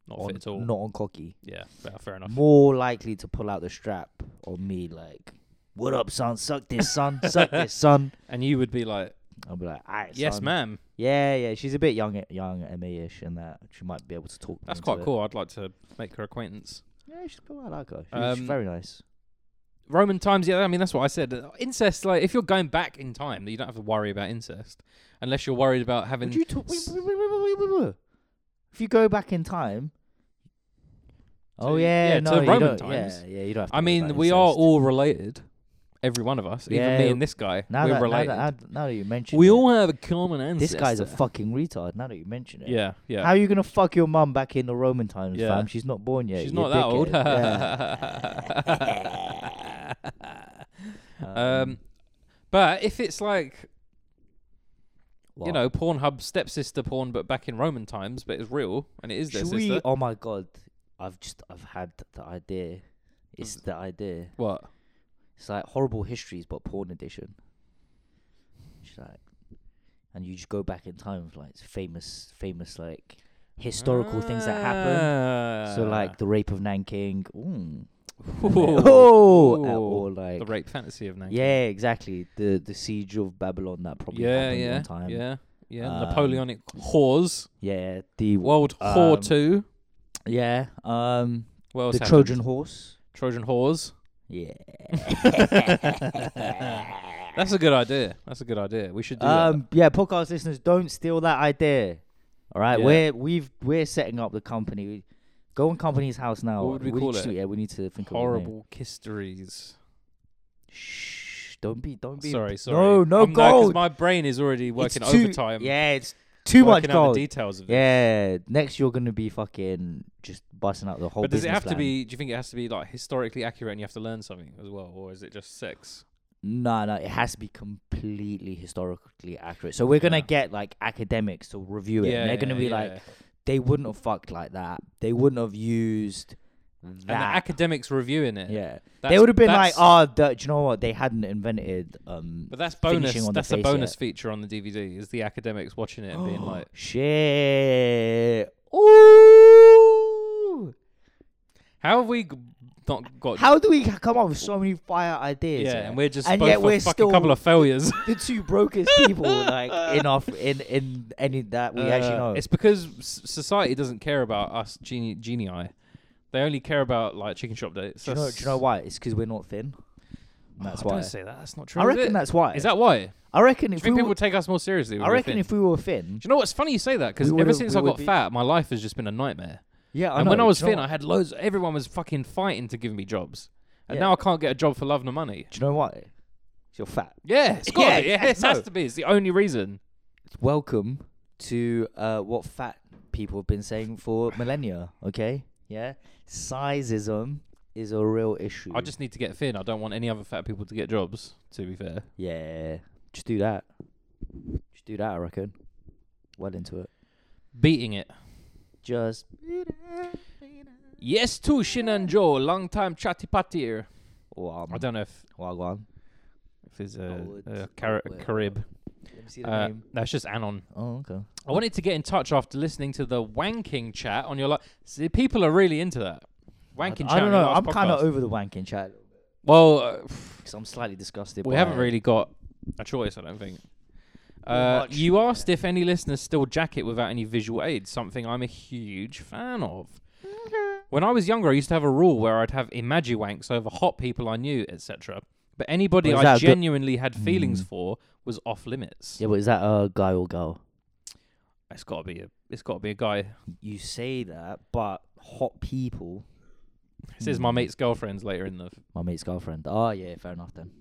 Speaker 1: Not
Speaker 2: on,
Speaker 1: fit at all.
Speaker 2: not on cocky.
Speaker 1: Yeah, fair, fair enough.
Speaker 2: More likely to pull out the strap on me, like, "What up, son? Suck this, son. Suck this, son."
Speaker 1: And you would be like,
Speaker 2: I'll be like, "Alright,
Speaker 1: "Yes,
Speaker 2: son."
Speaker 1: ma'am."
Speaker 2: Yeah, yeah. She's a bit young, young Emmy-ish, and that she might be able to talk. me
Speaker 1: That's
Speaker 2: into
Speaker 1: quite
Speaker 2: it.
Speaker 1: cool. I'd like to make her acquaintance.
Speaker 2: Yeah, she's cool. I like her. She's
Speaker 1: Um,
Speaker 2: very nice.
Speaker 1: Roman times, yeah. I mean, that's what I said. Uh, Incest, like if you're going back in time, you don't have to worry about incest, unless you're worried about having.
Speaker 2: Would you talk?
Speaker 1: s-
Speaker 2: If you go back in time. Oh
Speaker 1: To-
Speaker 2: yeah,
Speaker 1: yeah, to
Speaker 2: no, you
Speaker 1: Roman
Speaker 2: don't-
Speaker 1: times.
Speaker 2: Yeah, yeah, you don't. Have to
Speaker 1: I
Speaker 2: worry
Speaker 1: mean,
Speaker 2: about
Speaker 1: we are
Speaker 2: incest.
Speaker 1: all related. Every one of us,
Speaker 2: Yeah,
Speaker 1: even me and this guy,
Speaker 2: Now
Speaker 1: we're
Speaker 2: that,
Speaker 1: related.
Speaker 2: Now that, now that you mention
Speaker 1: we
Speaker 2: it,
Speaker 1: all have a common ancestor.
Speaker 2: this guy's a fucking retard. Now that you mention it,
Speaker 1: Yeah, yeah.
Speaker 2: How are you gonna fuck your mum back in the Roman times,
Speaker 1: Yeah.
Speaker 2: fam? She's not born yet.
Speaker 1: She's
Speaker 2: you
Speaker 1: not that old.
Speaker 2: dickhead. Yeah.
Speaker 1: um, but if it's like you
Speaker 2: what?
Speaker 1: know, Pornhub stepsister porn, but back in Roman times, but it's real and it is their
Speaker 2: Should
Speaker 1: sister.
Speaker 2: we? Oh my god, I've just I've had the idea. It's
Speaker 1: Mm.
Speaker 2: the idea.
Speaker 1: What?
Speaker 2: It's like horrible histories, but porn edition. She's like, and you just go back in time with like famous, famous like historical things that happen.
Speaker 1: Ah.
Speaker 2: So like the rape of Nanking. Ooh. Oh, uh, or like
Speaker 1: the rape fantasy of Nanking.
Speaker 2: Yeah, exactly. The the siege of Babylon that probably
Speaker 1: yeah,
Speaker 2: happened
Speaker 1: yeah,
Speaker 2: one time.
Speaker 1: yeah, yeah.
Speaker 2: Um,
Speaker 1: Napoleonic whores,
Speaker 2: yeah. The
Speaker 1: World Whore
Speaker 2: um,
Speaker 1: Two,
Speaker 2: yeah, um,
Speaker 1: what
Speaker 2: the
Speaker 1: else happened?
Speaker 2: Trojan horse.
Speaker 1: Trojan whores.
Speaker 2: Yeah.
Speaker 1: That's a good idea. That's a good idea. We should do
Speaker 2: Um, yeah, podcast listeners, don't steal that idea. All right,
Speaker 1: Yeah.
Speaker 2: we're we've we're setting up the company. We- Go on company's house now.
Speaker 1: What would we call
Speaker 2: just-
Speaker 1: it?
Speaker 2: Yeah, we need to think
Speaker 1: that.
Speaker 2: of a name.
Speaker 1: horrible kisteries.
Speaker 2: Shh, don't be, don't be.
Speaker 1: Sorry, sorry.
Speaker 2: No, no
Speaker 1: I'm-
Speaker 2: gold.
Speaker 1: my brain is already
Speaker 2: It's
Speaker 1: working
Speaker 2: too-
Speaker 1: overtime.
Speaker 2: Yeah, it's too much
Speaker 1: working out
Speaker 2: gold.
Speaker 1: The details of this.
Speaker 2: Yeah, next you're gonna be fucking just busting out the whole.
Speaker 1: But does it
Speaker 2: business
Speaker 1: have to
Speaker 2: plan.
Speaker 1: be? Do you think it has to be like historically accurate, and you have to learn something as well, or is it just sex?
Speaker 2: No, no, it has to be completely historically accurate. So we're gonna
Speaker 1: Yeah.
Speaker 2: get like academics to review it. and they're gonna be
Speaker 1: yeah,
Speaker 2: like,
Speaker 1: yeah.
Speaker 2: they wouldn't have fucked like that. They wouldn't have used that.
Speaker 1: and the academics reviewing it.
Speaker 2: yeah,
Speaker 1: That's-
Speaker 2: they would have been like,
Speaker 1: that's-
Speaker 2: oh, the, do you know what? They hadn't invented. Um,
Speaker 1: But that's
Speaker 2: finishing
Speaker 1: bonus.
Speaker 2: on the
Speaker 1: That's a
Speaker 2: face
Speaker 1: bonus
Speaker 2: yet.
Speaker 1: feature on the DVD is the academics watching it and being like,
Speaker 2: shit. Ooh,
Speaker 1: "How have we g- not got?"
Speaker 2: how do we come up with so many fire ideas?
Speaker 1: yeah, and we're just
Speaker 2: And
Speaker 1: both
Speaker 2: yet
Speaker 1: a
Speaker 2: we're
Speaker 1: fucking couple
Speaker 2: still-
Speaker 1: of failures.
Speaker 2: the two brokest people like in our in in any that we actually
Speaker 1: Uh,
Speaker 2: know.
Speaker 1: It's because s- society doesn't care about us geni genii. They only care about like chicken shop dates.
Speaker 2: Do you, know, do you know why? It's because we're not thin. And that's
Speaker 1: I
Speaker 2: why.
Speaker 1: Oh, Don't say that. That's not true.
Speaker 2: I
Speaker 1: is
Speaker 2: reckon
Speaker 1: it?
Speaker 2: that's why.
Speaker 1: Is that why?
Speaker 2: I reckon
Speaker 1: Do you
Speaker 2: if we
Speaker 1: think people
Speaker 2: were,
Speaker 1: take us more seriously? when
Speaker 2: I
Speaker 1: we're
Speaker 2: reckon
Speaker 1: thin?
Speaker 2: if we were thin.
Speaker 1: Do you know what's funny? You say that because
Speaker 2: We
Speaker 1: ever
Speaker 2: would've-
Speaker 1: since
Speaker 2: we
Speaker 1: I got
Speaker 2: would be-
Speaker 1: fat, my life has just been a nightmare.
Speaker 2: Yeah, I
Speaker 1: and
Speaker 2: know.
Speaker 1: when I
Speaker 2: do
Speaker 1: was
Speaker 2: you know
Speaker 1: thin,
Speaker 2: what-
Speaker 1: I had loads. Everyone was fucking fighting to give me jobs, and
Speaker 2: Yeah.
Speaker 1: now I can't get a job for love nor money.
Speaker 2: Do you know why? 'Cause You're fat.
Speaker 1: Yeah, it's got
Speaker 2: Yeah,
Speaker 1: to be. Yeah,
Speaker 2: yeah,
Speaker 1: it has
Speaker 2: no.
Speaker 1: to be. It's the only reason.
Speaker 2: Welcome to uh, what fat people have been saying for millennia. Okay, yeah, sizeism is a real issue.
Speaker 1: I just need to get thin. I don't want any other fat people to get jobs. To be fair,
Speaker 2: yeah, just do that. Just do that. I reckon. Well into it.
Speaker 1: beating it.
Speaker 2: Just
Speaker 1: Yes, to Shin and Joe, long time chatty patir. I
Speaker 2: wagwan.
Speaker 1: don't know if
Speaker 2: Wagwan.
Speaker 1: if there's
Speaker 2: Oh,
Speaker 1: a,
Speaker 2: it's-
Speaker 1: a, Car-
Speaker 2: oh, wait,
Speaker 1: Carib.
Speaker 2: Let me see the
Speaker 1: Uh,
Speaker 2: name.
Speaker 1: that's just Anon.
Speaker 2: Oh, okay.
Speaker 1: I wanted to get in touch after listening to the wanking chat on your life. See, people are really into that wanking chat.
Speaker 2: I, I don't know. I'm
Speaker 1: kind of
Speaker 2: over the wanking chat
Speaker 1: well. Uh,
Speaker 2: because I'm slightly disgusted.
Speaker 1: we
Speaker 2: by
Speaker 1: haven't
Speaker 2: it.
Speaker 1: really got a choice, I don't think. Uh,
Speaker 2: Much,
Speaker 1: you
Speaker 2: yeah.
Speaker 1: asked if any listeners still jacket without any visual aids, something I'm a huge fan of. When I was younger, I used to have a rule where I'd have imagiwanks over hot people I knew, etc. But anybody
Speaker 2: Well, is
Speaker 1: I
Speaker 2: that a good- Mm.
Speaker 1: genuinely had feelings for was off limits.
Speaker 2: Yeah, but is that a guy or girl?
Speaker 1: It's got to be a. It's got to be a guy.
Speaker 2: You say that, but hot people.
Speaker 1: This
Speaker 2: Mm.
Speaker 1: is my mate's girlfriend's later in the.
Speaker 2: My mate's girlfriend. Oh yeah, fair enough then.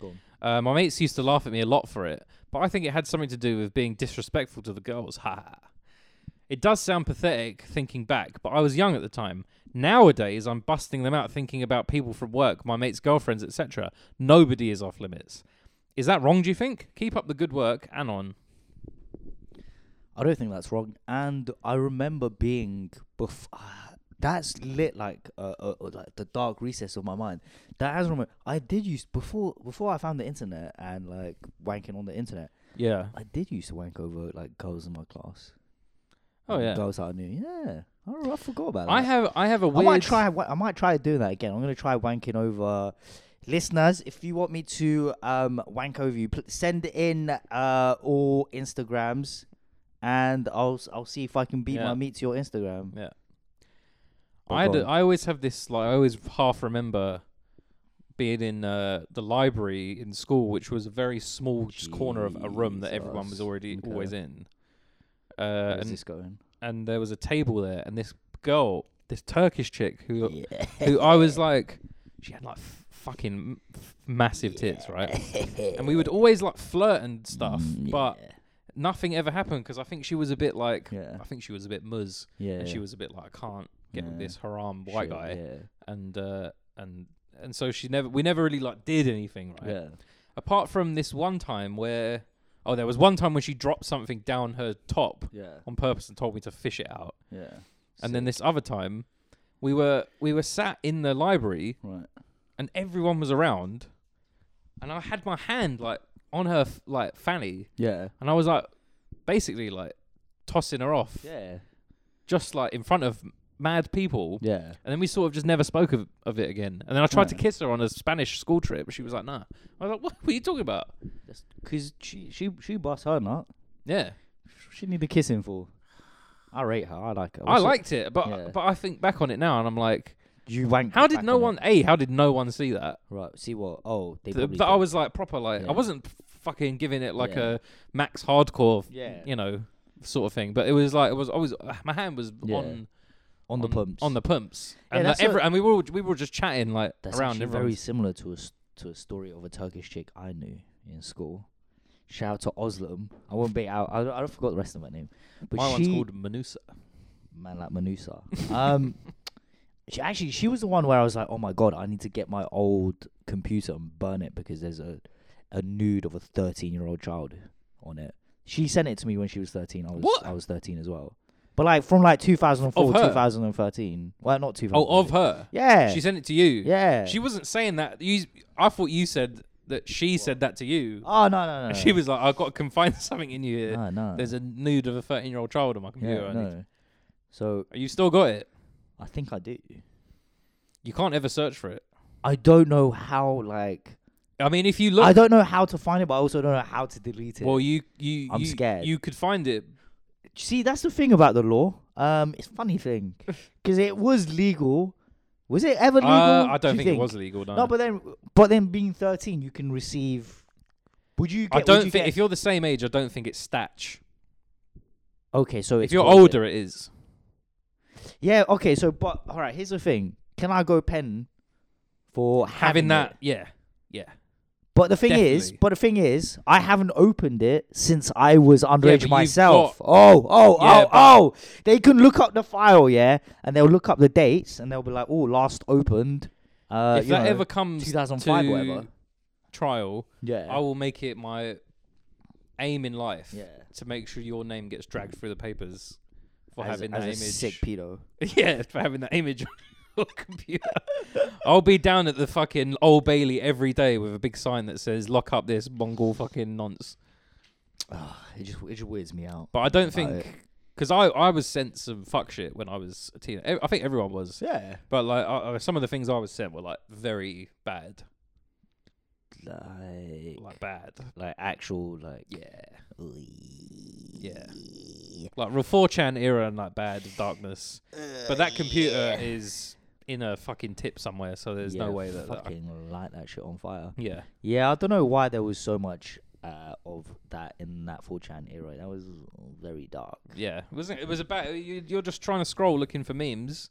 Speaker 2: Go on.
Speaker 1: Uh, my mates used to laugh at me a lot for it, but I think it had something to do with being disrespectful to the girls. Ha. ha. It does sound pathetic thinking back, but I was young at the time. Nowadays, I'm busting them out thinking about people from work, my mates' girlfriends, etc. Nobody is off limits. Is that wrong? Do you think? Keep up the good work, Anon.
Speaker 2: I don't think that's wrong. And I remember being bef- ah, that's lit like uh, uh, uh, like the dark recess of my mind. That has remember I did use before before I found the internet and like wanking on the internet.
Speaker 1: Yeah.
Speaker 2: I did used to wank over like girls in my class.
Speaker 1: Oh
Speaker 2: Like,
Speaker 1: yeah.
Speaker 2: girls that I knew. Yeah, I, don't know, I forgot about that.
Speaker 1: I have. I have a
Speaker 2: I
Speaker 1: weird.
Speaker 2: might try. wa- I might try doing that again. I'm gonna try wanking over. Listeners, if you want me to um, wank over you, pl- send in uh, all Instagrams, and I'll s- I'll see if I can beat
Speaker 1: Yeah.
Speaker 2: my meat to your Instagram.
Speaker 1: Yeah.
Speaker 2: But
Speaker 1: I,
Speaker 2: go
Speaker 1: d-
Speaker 2: on.
Speaker 1: I always have this like I always half remember being in uh, the library in school, which was a very small just corner of a room that everyone was
Speaker 2: Jesus.
Speaker 1: already always
Speaker 2: Okay.
Speaker 1: in. Uh,
Speaker 2: Where's
Speaker 1: and
Speaker 2: this going?
Speaker 1: and there was a table there, and this girl, this Turkish chick who
Speaker 2: Yeah.
Speaker 1: who I was like, she had like f- fucking m- f- massive tits, right? And we would always like flirt and stuff,
Speaker 2: Mm,
Speaker 1: but nothing ever happened because I think she was a bit like,
Speaker 2: yeah,
Speaker 1: I think she was a bit muzz,
Speaker 2: yeah,
Speaker 1: and
Speaker 2: yeah.
Speaker 1: she was a bit like, I can't get with
Speaker 2: Yeah.
Speaker 1: this haram white
Speaker 2: Shit,
Speaker 1: guy and uh, and and so she never we never really like did anything
Speaker 2: Yeah,
Speaker 1: right
Speaker 2: yeah.
Speaker 1: apart from this one time where oh there was one time when she dropped something down her top
Speaker 2: yeah,
Speaker 1: on purpose and told me to fish it out
Speaker 2: yeah.
Speaker 1: and then
Speaker 2: Sick.
Speaker 1: this other time we were we were sat in the library
Speaker 2: right,
Speaker 1: and everyone was around and I had my hand like on her f- like fanny
Speaker 2: yeah,
Speaker 1: and I was like basically like tossing her off
Speaker 2: yeah,
Speaker 1: just like in front of mad people
Speaker 2: yeah.
Speaker 1: and then we sort of just never spoke of, of it again. And then I tried to
Speaker 2: Right.
Speaker 1: kiss her on a Spanish school trip, but she was like, nah. I was like, what were you talking about?
Speaker 2: That's Cause she she she bust her nut.
Speaker 1: Yeah.
Speaker 2: She need a kissing for. I rate her. I like her.
Speaker 1: I
Speaker 2: What's it-
Speaker 1: liked it, but
Speaker 2: Yeah.
Speaker 1: but I think back on it now and I'm like,
Speaker 2: you. Wank
Speaker 1: how
Speaker 2: it
Speaker 1: did
Speaker 2: back
Speaker 1: no
Speaker 2: on it.
Speaker 1: one, A, how did no one see that?
Speaker 2: Right. See what? Oh, they.
Speaker 1: Th-
Speaker 2: probably
Speaker 1: That I
Speaker 2: did.
Speaker 1: was like, proper, like,
Speaker 2: Yeah.
Speaker 1: I wasn't f- fucking giving it like
Speaker 2: Yeah.
Speaker 1: a max hardcore,
Speaker 2: Yeah.
Speaker 1: you know, sort of thing. But it was like, it was always, uh, my hand was
Speaker 2: Yeah.
Speaker 1: on,
Speaker 2: on the pumps.
Speaker 1: On the pumps. and,
Speaker 2: Yeah,
Speaker 1: like,
Speaker 2: that's what-
Speaker 1: every, and we were all, we were just chatting, like,
Speaker 2: That's
Speaker 1: around
Speaker 2: actually
Speaker 1: everyone.
Speaker 2: very similar to a s- to a story of a Turkish chick I knew in school. Shout out to Oslam. I won't be out. I, don't- I don't forgot the rest of my name. But
Speaker 1: My one's
Speaker 2: she,
Speaker 1: called Manusa.
Speaker 2: man like Manusa. Um, she actually she was the one where I was like, oh my god, I need to get my old computer and burn it because there's a a nude of a 13 year old child on it. She sent it to me when she was 13. I was
Speaker 1: What?
Speaker 2: I was 13 as well. But like from like 2004,
Speaker 1: Of her?
Speaker 2: 2013. Well, not 2000.
Speaker 1: Oh, of her.
Speaker 2: Yeah.
Speaker 1: She sent it to you.
Speaker 2: yeah.
Speaker 1: She wasn't saying that. You, I thought you said that she said that to you.
Speaker 2: Oh no no no.
Speaker 1: And she was like, "I've got to confine something in you here.
Speaker 2: No, no.
Speaker 1: There's a nude of a 13 year old child on my computer.
Speaker 2: Uh. yeah,
Speaker 1: I need-
Speaker 2: no. So
Speaker 1: You still got it.
Speaker 2: I think I do.
Speaker 1: You can't ever search for it.
Speaker 2: I don't know how like
Speaker 1: I mean, if you look,
Speaker 2: I don't know how to find it, but I also don't know how to delete it.
Speaker 1: well, you you
Speaker 2: I'm
Speaker 1: you,
Speaker 2: scared.
Speaker 1: You could find it.
Speaker 2: See, that's the thing about the law. Um, it's a funny thing because it was legal. Was it ever legal?
Speaker 1: Uh, I
Speaker 2: do
Speaker 1: don't
Speaker 2: you
Speaker 1: think, it was legal. No,
Speaker 2: No, but then, but then being thirteen, you can receive. Would you? Get,
Speaker 1: I
Speaker 2: would
Speaker 1: don't
Speaker 2: you
Speaker 1: think
Speaker 2: get-
Speaker 1: if you're the same age, I don't think it's statch.
Speaker 2: okay, so
Speaker 1: If
Speaker 2: it's
Speaker 1: you're
Speaker 2: what is it?
Speaker 1: older, it is.
Speaker 2: yeah. Okay, so but all right. Here's the thing: Can I go pen for having,
Speaker 1: Having
Speaker 2: it?
Speaker 1: that, yeah, yeah.
Speaker 2: But the thing is,
Speaker 1: Definitely.
Speaker 2: but the thing is, I haven't opened it since I was underage
Speaker 1: but you've
Speaker 2: myself. oh, oh,
Speaker 1: Yeah,
Speaker 2: oh, oh! They can look up the file, yeah, and they'll look up the dates, and they'll be like, "Oh, last opened." Uh,
Speaker 1: if
Speaker 2: you
Speaker 1: that
Speaker 2: know,
Speaker 1: ever comes
Speaker 2: 2005
Speaker 1: to
Speaker 2: or whatever.
Speaker 1: trial,
Speaker 2: Yeah.
Speaker 1: I will make it my aim in life
Speaker 2: Yeah.
Speaker 1: to make sure your name gets dragged through the papers for
Speaker 2: as,
Speaker 1: having
Speaker 2: as
Speaker 1: that
Speaker 2: a
Speaker 1: image.
Speaker 2: sick pedo.
Speaker 1: yeah, for having that image on your computer. I'll be down at the fucking Old Bailey every day with a big sign that says "Lock up this Mongol fucking nonce."
Speaker 2: Ah, It just it just weirds me out.
Speaker 1: But I don't
Speaker 2: About it.
Speaker 1: think because I I was sent some fuck shit when I was a teenager. I think everyone was.
Speaker 2: Yeah.
Speaker 1: But like I, I, some of the things I was sent were like very bad.
Speaker 2: like
Speaker 1: like bad.
Speaker 2: like actual like
Speaker 1: Yeah,
Speaker 2: yeah.
Speaker 1: yeah. Like real 4chan era and like bad darkness. But
Speaker 2: Uh,
Speaker 1: that computer is in a fucking tip somewhere, so there's no way that. that I-
Speaker 2: fucking light that shit on fire.
Speaker 1: yeah,
Speaker 2: Yeah, I don't know why there was so much uh, of that in that 4chan era. That was very dark.
Speaker 1: yeah. It wasn't. It was about you, you're just trying to scroll looking for memes.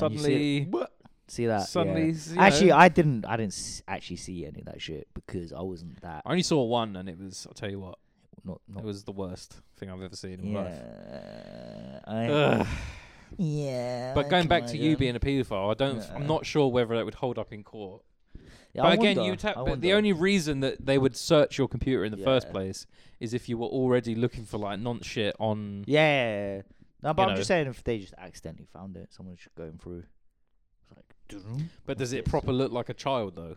Speaker 2: And you see
Speaker 1: Suddenly,
Speaker 2: it- See that? yeah.
Speaker 1: suddenly, s- you
Speaker 2: actually,
Speaker 1: know.
Speaker 2: I didn't. I didn't s- actually see any of that shit because I wasn't that.
Speaker 1: I only saw one, and it was. I'll tell you what,
Speaker 2: Not. not
Speaker 1: it was the worst thing I've ever seen in my life.
Speaker 2: yeah. I,
Speaker 1: Ugh.
Speaker 2: yeah.
Speaker 1: But
Speaker 2: I
Speaker 1: going
Speaker 2: can
Speaker 1: back to you
Speaker 2: imagine.
Speaker 1: being a paedophile, I don't. f- I'm
Speaker 2: Yeah.
Speaker 1: not sure whether that would hold up in court.
Speaker 2: Yeah,
Speaker 1: but
Speaker 2: I
Speaker 1: again,
Speaker 2: wonder,
Speaker 1: you tap.
Speaker 2: I
Speaker 1: But the
Speaker 2: wonder.
Speaker 1: only reason that they would search your computer in the first
Speaker 2: Yeah.
Speaker 1: place is if you were already looking for like non shit on.
Speaker 2: Yeah. No, but
Speaker 1: you
Speaker 2: I'm
Speaker 1: know.
Speaker 2: just saying if they just accidentally found it, someone's just going through. It's like, "Dun-dun."
Speaker 1: But does
Speaker 2: What's
Speaker 1: it
Speaker 2: this?
Speaker 1: proper look like a child though?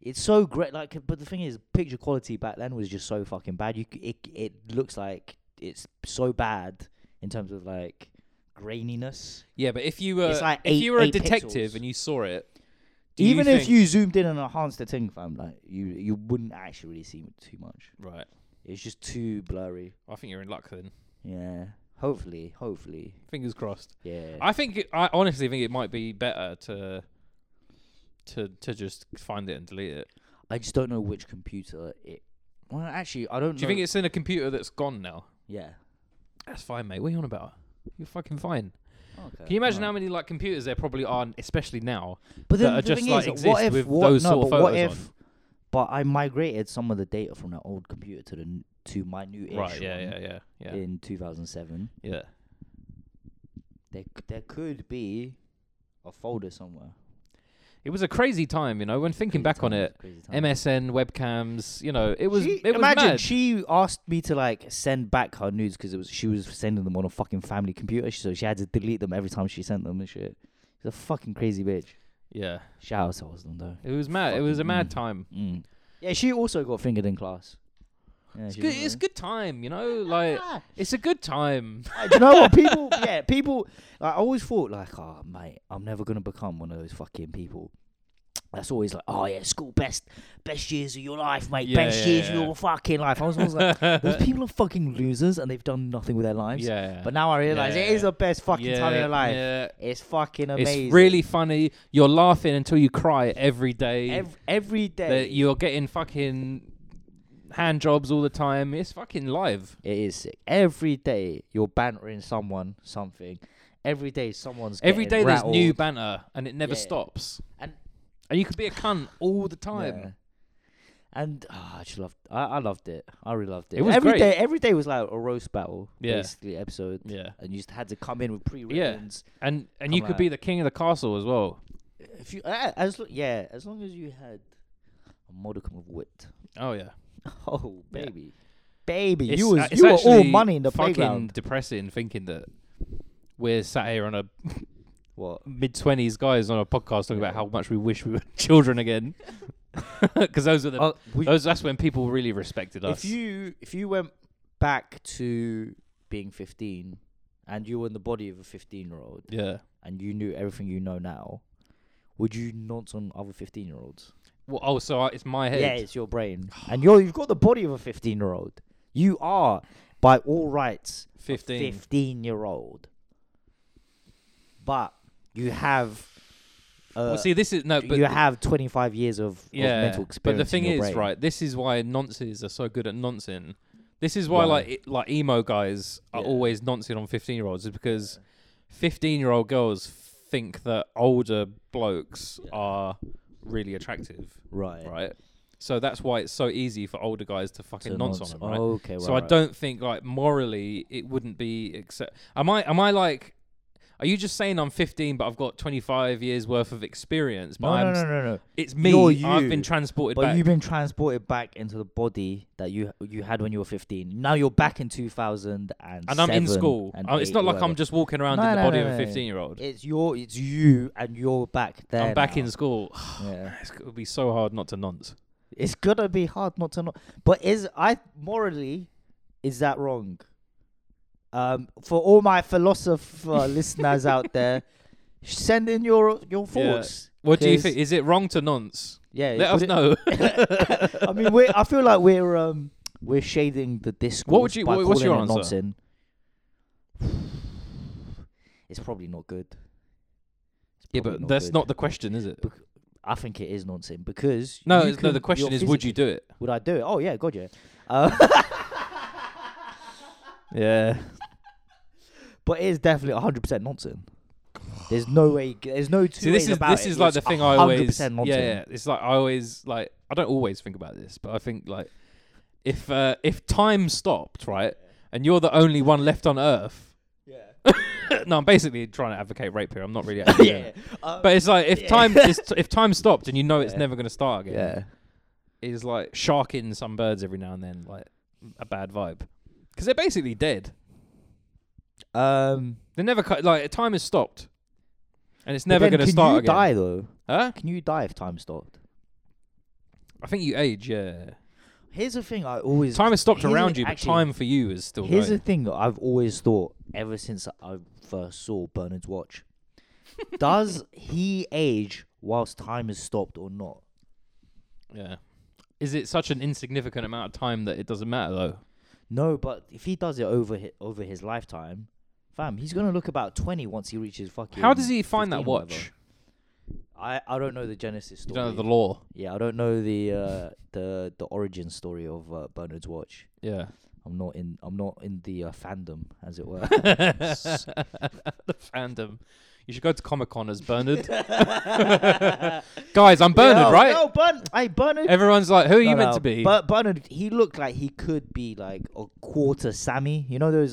Speaker 2: It's so great. Like, but the thing is, picture quality back then was just so fucking bad. You, c- it, it looks like it's so bad in terms of like graininess.
Speaker 1: Yeah, but if you were
Speaker 2: It's like
Speaker 1: if
Speaker 2: eight-
Speaker 1: you were a
Speaker 2: eight
Speaker 1: detective
Speaker 2: pixels.
Speaker 1: and you saw it, do
Speaker 2: Even
Speaker 1: you
Speaker 2: if
Speaker 1: think-
Speaker 2: you zoomed in and enhanced the thing, fam, like you, you wouldn't actually really see too much.
Speaker 1: right,
Speaker 2: It's just too blurry.
Speaker 1: I think you're in luck then.
Speaker 2: Yeah. Hopefully, hopefully.
Speaker 1: Fingers crossed.
Speaker 2: Yeah.
Speaker 1: I think it, I honestly think it might be better to to to just find it and delete it.
Speaker 2: I just don't know which computer it. Well, actually, I don't.
Speaker 1: Do you
Speaker 2: know.
Speaker 1: think it's in a computer that's gone now?
Speaker 2: Yeah.
Speaker 1: That's fine, mate. What are you on about? You're fucking fine.
Speaker 2: Okay.
Speaker 1: Can you imagine
Speaker 2: Alright.
Speaker 1: how many like computers there probably are, especially now?
Speaker 2: But
Speaker 1: that
Speaker 2: then
Speaker 1: are
Speaker 2: the
Speaker 1: just,
Speaker 2: thing
Speaker 1: like,
Speaker 2: is,
Speaker 1: exist
Speaker 2: what if
Speaker 1: with
Speaker 2: what,
Speaker 1: those
Speaker 2: no,
Speaker 1: sort of
Speaker 2: but what
Speaker 1: photos
Speaker 2: if? But I migrated some of the data from that old computer to the n- to my new ish
Speaker 1: Right? Yeah, yeah, yeah, yeah,
Speaker 2: in 2007.
Speaker 1: yeah.
Speaker 2: There c- there could be a folder somewhere.
Speaker 1: It was a crazy time, you know. When thinking
Speaker 2: Crazy
Speaker 1: back on
Speaker 2: times,
Speaker 1: it,
Speaker 2: crazy times.
Speaker 1: MSN webcams, you know, it was
Speaker 2: She-
Speaker 1: it was
Speaker 2: imagine
Speaker 1: mad.
Speaker 2: she asked me to like send back her nudes because it was she was sending them on a fucking family computer, so she had to delete them every time she sent them and shit. She's a fucking crazy bitch.
Speaker 1: yeah,
Speaker 2: Shout out to Osland though.
Speaker 1: it was mad. It was a
Speaker 2: Fucking
Speaker 1: mad
Speaker 2: mm.
Speaker 1: time.
Speaker 2: Mm. Yeah, she also got fingered in class. Yeah,
Speaker 1: It's
Speaker 2: she
Speaker 1: good.
Speaker 2: was
Speaker 1: It's
Speaker 2: like-
Speaker 1: good time, you know. Like
Speaker 2: Ah.
Speaker 1: it's a good time.
Speaker 2: Like, do you know what people? Yeah, people. Like, I always thought like, oh mate, I'm never gonna become one of those fucking people. That's always like, oh yeah, school best, best years of your life, mate.
Speaker 1: Yeah,
Speaker 2: best
Speaker 1: yeah,
Speaker 2: years
Speaker 1: yeah.
Speaker 2: of your fucking life. I was always like, those people are fucking losers and they've done nothing with their lives.
Speaker 1: yeah.
Speaker 2: But now I realize it is
Speaker 1: Yeah.
Speaker 2: the best fucking time of
Speaker 1: Yeah,
Speaker 2: your life.
Speaker 1: yeah.
Speaker 2: It's fucking amazing.
Speaker 1: It's really funny. You're laughing until you cry every day.
Speaker 2: Ev- every day.
Speaker 1: That you're getting fucking hand jobs all the time. It's fucking live.
Speaker 2: it is sick. Every day you're bantering someone, something. Every day someone's
Speaker 1: Every
Speaker 2: getting
Speaker 1: day there's new
Speaker 2: rattled.
Speaker 1: banter and it never
Speaker 2: Yeah.
Speaker 1: stops.
Speaker 2: And-
Speaker 1: and you could be a cunt all the time.
Speaker 2: Yeah. And ah, I just loved. I, I loved it. I really loved it.
Speaker 1: It was
Speaker 2: every
Speaker 1: great.
Speaker 2: day- Every day was like a roast battle,
Speaker 1: Yeah.
Speaker 2: basically episode.
Speaker 1: Yeah.
Speaker 2: And you just had to come in with pre-writtens.
Speaker 1: And and you
Speaker 2: Come
Speaker 1: could
Speaker 2: out.
Speaker 1: be the king of the castle as well.
Speaker 2: If you uh, as lo- yeah, as long as you had a modicum of wit.
Speaker 1: Oh yeah.
Speaker 2: Oh
Speaker 1: Yeah.
Speaker 2: baby, baby,
Speaker 1: It's-
Speaker 2: you was
Speaker 1: uh, it's
Speaker 2: you were all
Speaker 1: actually
Speaker 2: money in the
Speaker 1: fucking
Speaker 2: playground.
Speaker 1: depressing thinking that we're sat here on a
Speaker 2: What?
Speaker 1: mid twenties guys on a podcast talking
Speaker 2: Yeah.
Speaker 1: about how much we wish we were children again. Because those were the
Speaker 2: Oh, we-
Speaker 1: those that's when people really respected us.
Speaker 2: if you if you went back to being fifteen, and you were in the body of a fifteen-year-old,
Speaker 1: yeah.
Speaker 2: and you knew everything you know now, would you not on other fifteen-year-olds?
Speaker 1: Well, oh, so I- it's my head.
Speaker 2: Yeah, it's your brain, and you're you've got the body of a fifteen-year-old. You are, by all rights,
Speaker 1: Fifteen.
Speaker 2: fifteen-year-old. But you have. Uh,
Speaker 1: well, see, this is no, but
Speaker 2: you have 25 years of, of
Speaker 1: yeah.
Speaker 2: mental experience.
Speaker 1: but the
Speaker 2: in
Speaker 1: thing
Speaker 2: your
Speaker 1: is,
Speaker 2: brain.
Speaker 1: right? This is why nonces are so good at noncing. This is why,
Speaker 2: Why?
Speaker 1: like, it, like emo guys are
Speaker 2: Yeah.
Speaker 1: always noncing on fifteen-year-olds, is because fifteen-year-old girls think that older blokes
Speaker 2: Yeah.
Speaker 1: are really attractive,
Speaker 2: Right.
Speaker 1: right? So that's why it's so easy for older guys to
Speaker 2: So
Speaker 1: fucking nonce on
Speaker 2: nonce-
Speaker 1: them, right?
Speaker 2: Okay.
Speaker 1: so
Speaker 2: right,
Speaker 1: I
Speaker 2: right.
Speaker 1: don't think like morally it wouldn't be accept. Am I? Am I like? Are you just saying I'm 15, but I've got 25 years worth of experience? But
Speaker 2: No,
Speaker 1: I'm,
Speaker 2: no,
Speaker 1: s-
Speaker 2: no, no, no.
Speaker 1: It's me.
Speaker 2: You're
Speaker 1: I've been
Speaker 2: you,
Speaker 1: transported
Speaker 2: But
Speaker 1: back.
Speaker 2: you've been transported back into the body that you you had when you were 15. Now you're back in 2000 and
Speaker 1: and I'm in school. Uh, it's not like I'm just walking around
Speaker 2: No,
Speaker 1: in the
Speaker 2: no,
Speaker 1: body
Speaker 2: no,
Speaker 1: of a
Speaker 2: no.
Speaker 1: 15 year old.
Speaker 2: It's your it's you and you're back there.
Speaker 1: I'm back
Speaker 2: now.
Speaker 1: in school.
Speaker 2: Yeah.
Speaker 1: It's going to be so hard not to nonce.
Speaker 2: It's gonna be hard not to know. But is I morally is that wrong? Um, for all my philosopher listeners out there, send in your your
Speaker 1: Yeah.
Speaker 2: thoughts.
Speaker 1: What do you
Speaker 2: 'cause-
Speaker 1: think? Is it wrong to nonce?
Speaker 2: Yeah.
Speaker 1: Let us
Speaker 2: put it-
Speaker 1: know.
Speaker 2: I mean, we're, I feel like we're um we're shading the discourse.
Speaker 1: What would you-
Speaker 2: By
Speaker 1: what- what's
Speaker 2: calling
Speaker 1: your
Speaker 2: it
Speaker 1: answer?
Speaker 2: nonsense. It's probably not good. It's
Speaker 1: yeah,
Speaker 2: probably
Speaker 1: but that's
Speaker 2: good.
Speaker 1: not the question, is it?
Speaker 2: Bec- I think it is nonsense because
Speaker 1: No,
Speaker 2: you
Speaker 1: it's- no.
Speaker 2: can-
Speaker 1: The question
Speaker 2: you're
Speaker 1: is, would you do it?
Speaker 2: physically- Would I do it? Oh yeah, God yeah. Uh,
Speaker 1: Yeah.
Speaker 2: but it is definitely hundred percent nonsense. There's no way. There's no two
Speaker 1: See, this
Speaker 2: ways
Speaker 1: is
Speaker 2: about
Speaker 1: this
Speaker 2: it.
Speaker 1: is like
Speaker 2: It's
Speaker 1: the thing I always.
Speaker 2: 100%
Speaker 1: Yeah,
Speaker 2: nonsense.
Speaker 1: yeah, it's like I always like. I don't always think about this, but I think like, if uh, if time stopped, right, and you're the only one left on Earth. no, I'm basically trying to advocate rape here. I'm not really. Actually doing
Speaker 2: yeah.
Speaker 1: it.
Speaker 2: Um,
Speaker 1: But it's like if
Speaker 2: Yeah.
Speaker 1: time is if time stopped and you know it's
Speaker 2: Yeah.
Speaker 1: never going to start again.
Speaker 2: yeah.
Speaker 1: is like sharking some birds every now and then, like a bad vibe, because they're basically dead.
Speaker 2: Um.
Speaker 1: They never cut. Like time is stopped, and it's
Speaker 2: but
Speaker 1: never
Speaker 2: then
Speaker 1: going to
Speaker 2: can
Speaker 1: start
Speaker 2: you
Speaker 1: again.
Speaker 2: Die though.
Speaker 1: Huh?
Speaker 2: Can you die if time stopped?
Speaker 1: I think you age. Yeah,
Speaker 2: Here's the thing. I always
Speaker 1: time is stopped
Speaker 2: here's the-
Speaker 1: around you, but
Speaker 2: actually,
Speaker 1: time for you is still
Speaker 2: Here's
Speaker 1: going.
Speaker 2: the thing that I've always thought ever since I first saw Bernard's watch. Does he age whilst time is stopped or not?
Speaker 1: yeah. Is it such an insignificant amount of time that it doesn't matter though?
Speaker 2: No, but if he does it over his, over his lifetime, fam, he's gonna look about twenty once he reaches fucking.
Speaker 1: How does he find that
Speaker 2: 15 or whatever.
Speaker 1: watch?
Speaker 2: I, I don't know the genesis
Speaker 1: You
Speaker 2: story.
Speaker 1: don't know the law.
Speaker 2: yeah, I don't know the uh, the the origin story of uh, Bernard's watch.
Speaker 1: Yeah.
Speaker 2: I'm not in I'm not in the uh, fandom as it were.
Speaker 1: the fandom. You should go to Comic Con as Bernard. Guys, I'm Bernard,
Speaker 2: Yo,
Speaker 1: right?
Speaker 2: Yo, Bern- hey, Bernard.
Speaker 1: Everyone's like, who are you
Speaker 2: No,
Speaker 1: meant
Speaker 2: no,
Speaker 1: to be?
Speaker 2: Ber- Bernard, he looked like he could be like a quarter Sammy. You know those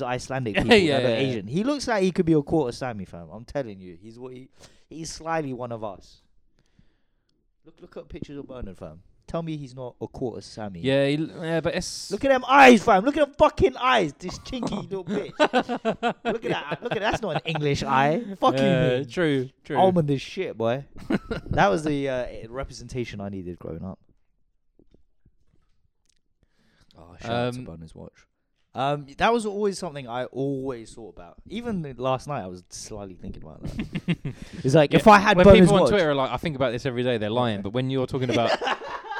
Speaker 2: Icelandic
Speaker 1: Yeah,
Speaker 2: people
Speaker 1: yeah,
Speaker 2: that are
Speaker 1: yeah, yeah.
Speaker 2: Asian. He looks like he could be a quarter Sammy, fam. I'm telling you, he's what he, he's slyly one of us. Look, look up pictures of Bernard, fam. Tell me he's not a quarter Sammy.
Speaker 1: Yeah, he, yeah, but it's
Speaker 2: Look at them eyes, fam. Look at them fucking eyes. This chinky little bitch. Look at that. Look at that's not an English eye. Fuck you,
Speaker 1: yeah,
Speaker 2: man.
Speaker 1: true, true.
Speaker 2: Almond is shit, boy. that was the uh, representation I needed growing up. Oh, shout out to
Speaker 1: Um,
Speaker 2: Bunny's watch. Um, that was always something I always thought about. Even th- last night, I was slightly thinking about that. it's like if I had
Speaker 1: when
Speaker 2: Bunny's
Speaker 1: people on
Speaker 2: watch,
Speaker 1: Twitter are like, I think about this every day, they're lying. But when you're talking about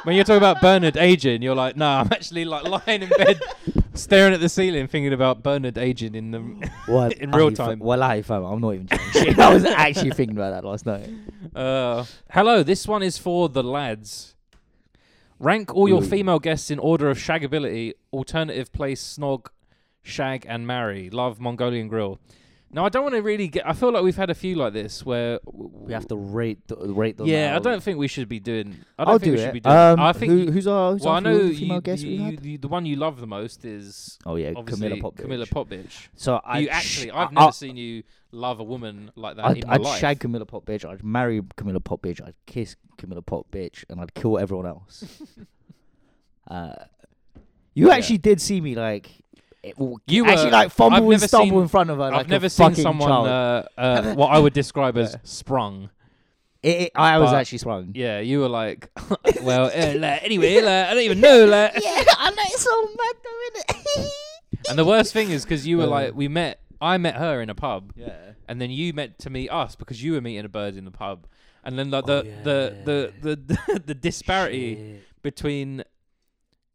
Speaker 1: when you're talking about Bernard aging, you're like, no, I'm actually like lying in bed, staring at the ceiling, thinking about Bernard aging in the.
Speaker 2: Well,
Speaker 1: in real
Speaker 2: I-
Speaker 1: time.
Speaker 2: Well, I, fam, I'm not even. joking. Shit, I was actually thinking about that last night.
Speaker 1: Uh, hello, this one is for the lads. Rank all your
Speaker 2: Ooh.
Speaker 1: female guests in order of shagability, alternative place, snog, shag, and marry. Love Mongolian Grill. Now, I don't want to really get. I feel like we've had a few like this where
Speaker 2: We have to rate, the, rate them.
Speaker 1: Yeah, I
Speaker 2: out.
Speaker 1: don't think we should be doing. I don't
Speaker 2: I'll
Speaker 1: think
Speaker 2: do
Speaker 1: we should
Speaker 2: it.
Speaker 1: be doing.
Speaker 2: um,
Speaker 1: I think.
Speaker 2: who, who's our? Who's
Speaker 1: well,
Speaker 2: our
Speaker 1: I know
Speaker 2: female
Speaker 1: you,
Speaker 2: guest we
Speaker 1: you-
Speaker 2: had?
Speaker 1: you- the one you love the most is
Speaker 2: Oh yeah,
Speaker 1: obviously
Speaker 2: Camilla Pop.
Speaker 1: Camilla Popovich.
Speaker 2: So I
Speaker 1: you
Speaker 2: sh-
Speaker 1: actually, I've
Speaker 2: I-
Speaker 1: never
Speaker 2: I-
Speaker 1: seen you love a woman like that
Speaker 2: I'd,
Speaker 1: in my
Speaker 2: I'd
Speaker 1: life.
Speaker 2: shag Camilla Pop bitch. I'd marry Camilla Pop bitch. I'd kiss Camilla Pop bitch, and I'd kill everyone else. uh, you
Speaker 1: Yeah.
Speaker 2: actually did see me like it, w-
Speaker 1: You
Speaker 2: actually
Speaker 1: were-
Speaker 2: like
Speaker 1: I've
Speaker 2: fumble and
Speaker 1: never
Speaker 2: stumble
Speaker 1: seen-
Speaker 2: in front of her. like
Speaker 1: I've
Speaker 2: a
Speaker 1: never seen
Speaker 2: fucking
Speaker 1: someone
Speaker 2: child.
Speaker 1: uh, uh, what I would describe as sprung.
Speaker 2: It- it- I was
Speaker 1: but-
Speaker 2: actually sprung.
Speaker 1: Yeah, you were like, well, uh, like, anyway, like, I don't even know. Like.
Speaker 2: I know it's so mad though, innit?
Speaker 1: And the worst thing is because you were
Speaker 2: Yeah.
Speaker 1: like, we met. I met her in a pub.
Speaker 2: yeah.
Speaker 1: and then you meant to meet us because you were meeting a bird in the pub, and then like the
Speaker 2: Oh, yeah.
Speaker 1: the, the the the disparity between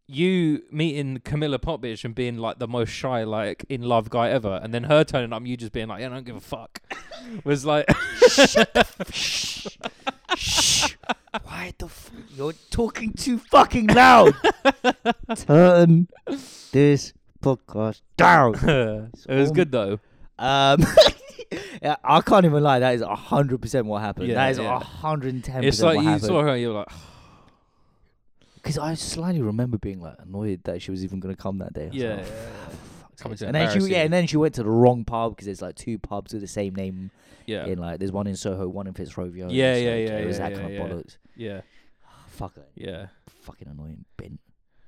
Speaker 1: you meeting Camilla Popovich and being like the most shy, like in love guy ever, and then her turning up, and you just being like, yeah, I don't give a fuck, was like,
Speaker 2: Shh. Shh. Why the f- you're talking too fucking loud? Turn this podcast down.
Speaker 1: it was
Speaker 2: all-
Speaker 1: good though.
Speaker 2: Um, yeah, I can't even lie. That is hundred percent what happened.
Speaker 1: Yeah,
Speaker 2: that is
Speaker 1: yeah.
Speaker 2: hundred and ten
Speaker 1: It's
Speaker 2: percent
Speaker 1: like
Speaker 2: what
Speaker 1: you saw her,
Speaker 2: happened.
Speaker 1: and you were like,
Speaker 2: Because I slightly remember being like annoyed that she was even gonna come that day. I was like,
Speaker 1: yeah,
Speaker 2: "Oh, fuck's
Speaker 1: Coming to
Speaker 2: sake." and then she
Speaker 1: embarrass you.
Speaker 2: yeah, and then she went to the wrong pub because there's like two pubs with the same name.
Speaker 1: yeah, yeah,
Speaker 2: In like there's one in Soho, one in Fitzrovia. and
Speaker 1: Yeah,
Speaker 2: it's
Speaker 1: yeah,
Speaker 2: like,
Speaker 1: yeah,
Speaker 2: It was
Speaker 1: yeah,
Speaker 2: that kind
Speaker 1: yeah,
Speaker 2: of
Speaker 1: yeah.
Speaker 2: bollocks.
Speaker 1: yeah,
Speaker 2: Ah, Fuck it.
Speaker 1: yeah.
Speaker 2: fucking annoying bin.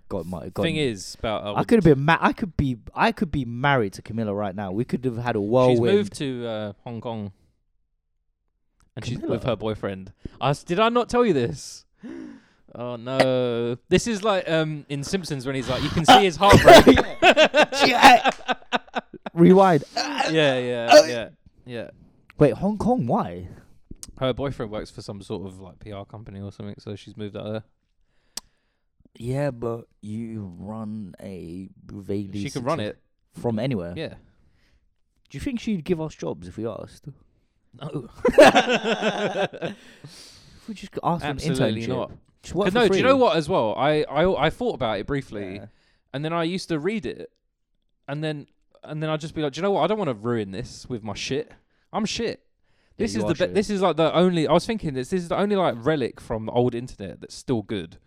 Speaker 2: God, my God.
Speaker 1: Thing is about uh,
Speaker 2: I could have been ma- I could be I could be married to Camilla right now. We could have had a
Speaker 1: she's
Speaker 2: whirlwind.
Speaker 1: moved to uh, Hong Kong, and she's with
Speaker 2: Camilla?
Speaker 1: her boyfriend. I s did I not tell you this? Oh no! This is like um in Simpsons when he's like, you can see his heartbreak.
Speaker 2: Yeah. Rewind. Oh.
Speaker 1: yeah, yeah, yeah, yeah.
Speaker 2: Wait, Hong Kong? Why?
Speaker 1: Her boyfriend works for some sort of like PR company or something, so she's moved out there.
Speaker 2: Yeah, but you run a vaguely.
Speaker 1: she can run
Speaker 2: success-
Speaker 1: it.
Speaker 2: from anywhere.
Speaker 1: Yeah.
Speaker 2: Do you think she'd give us jobs if we asked?
Speaker 1: No.
Speaker 2: If we just asked for an
Speaker 1: Absolutely
Speaker 2: internship.
Speaker 1: not.
Speaker 2: Just work for
Speaker 1: no, do you know
Speaker 2: free.
Speaker 1: what as well? I, I I thought about it briefly,
Speaker 2: Yeah.
Speaker 1: and then I used to read it, and then and then I'd just be like, do you know what? I don't want to ruin this with my shit. I'm shit.
Speaker 2: Yeah,
Speaker 1: This
Speaker 2: you
Speaker 1: is
Speaker 2: are
Speaker 1: the be-
Speaker 2: shit.
Speaker 1: this is like the only. I was thinking this. This is the only like relic from the old internet that's still good,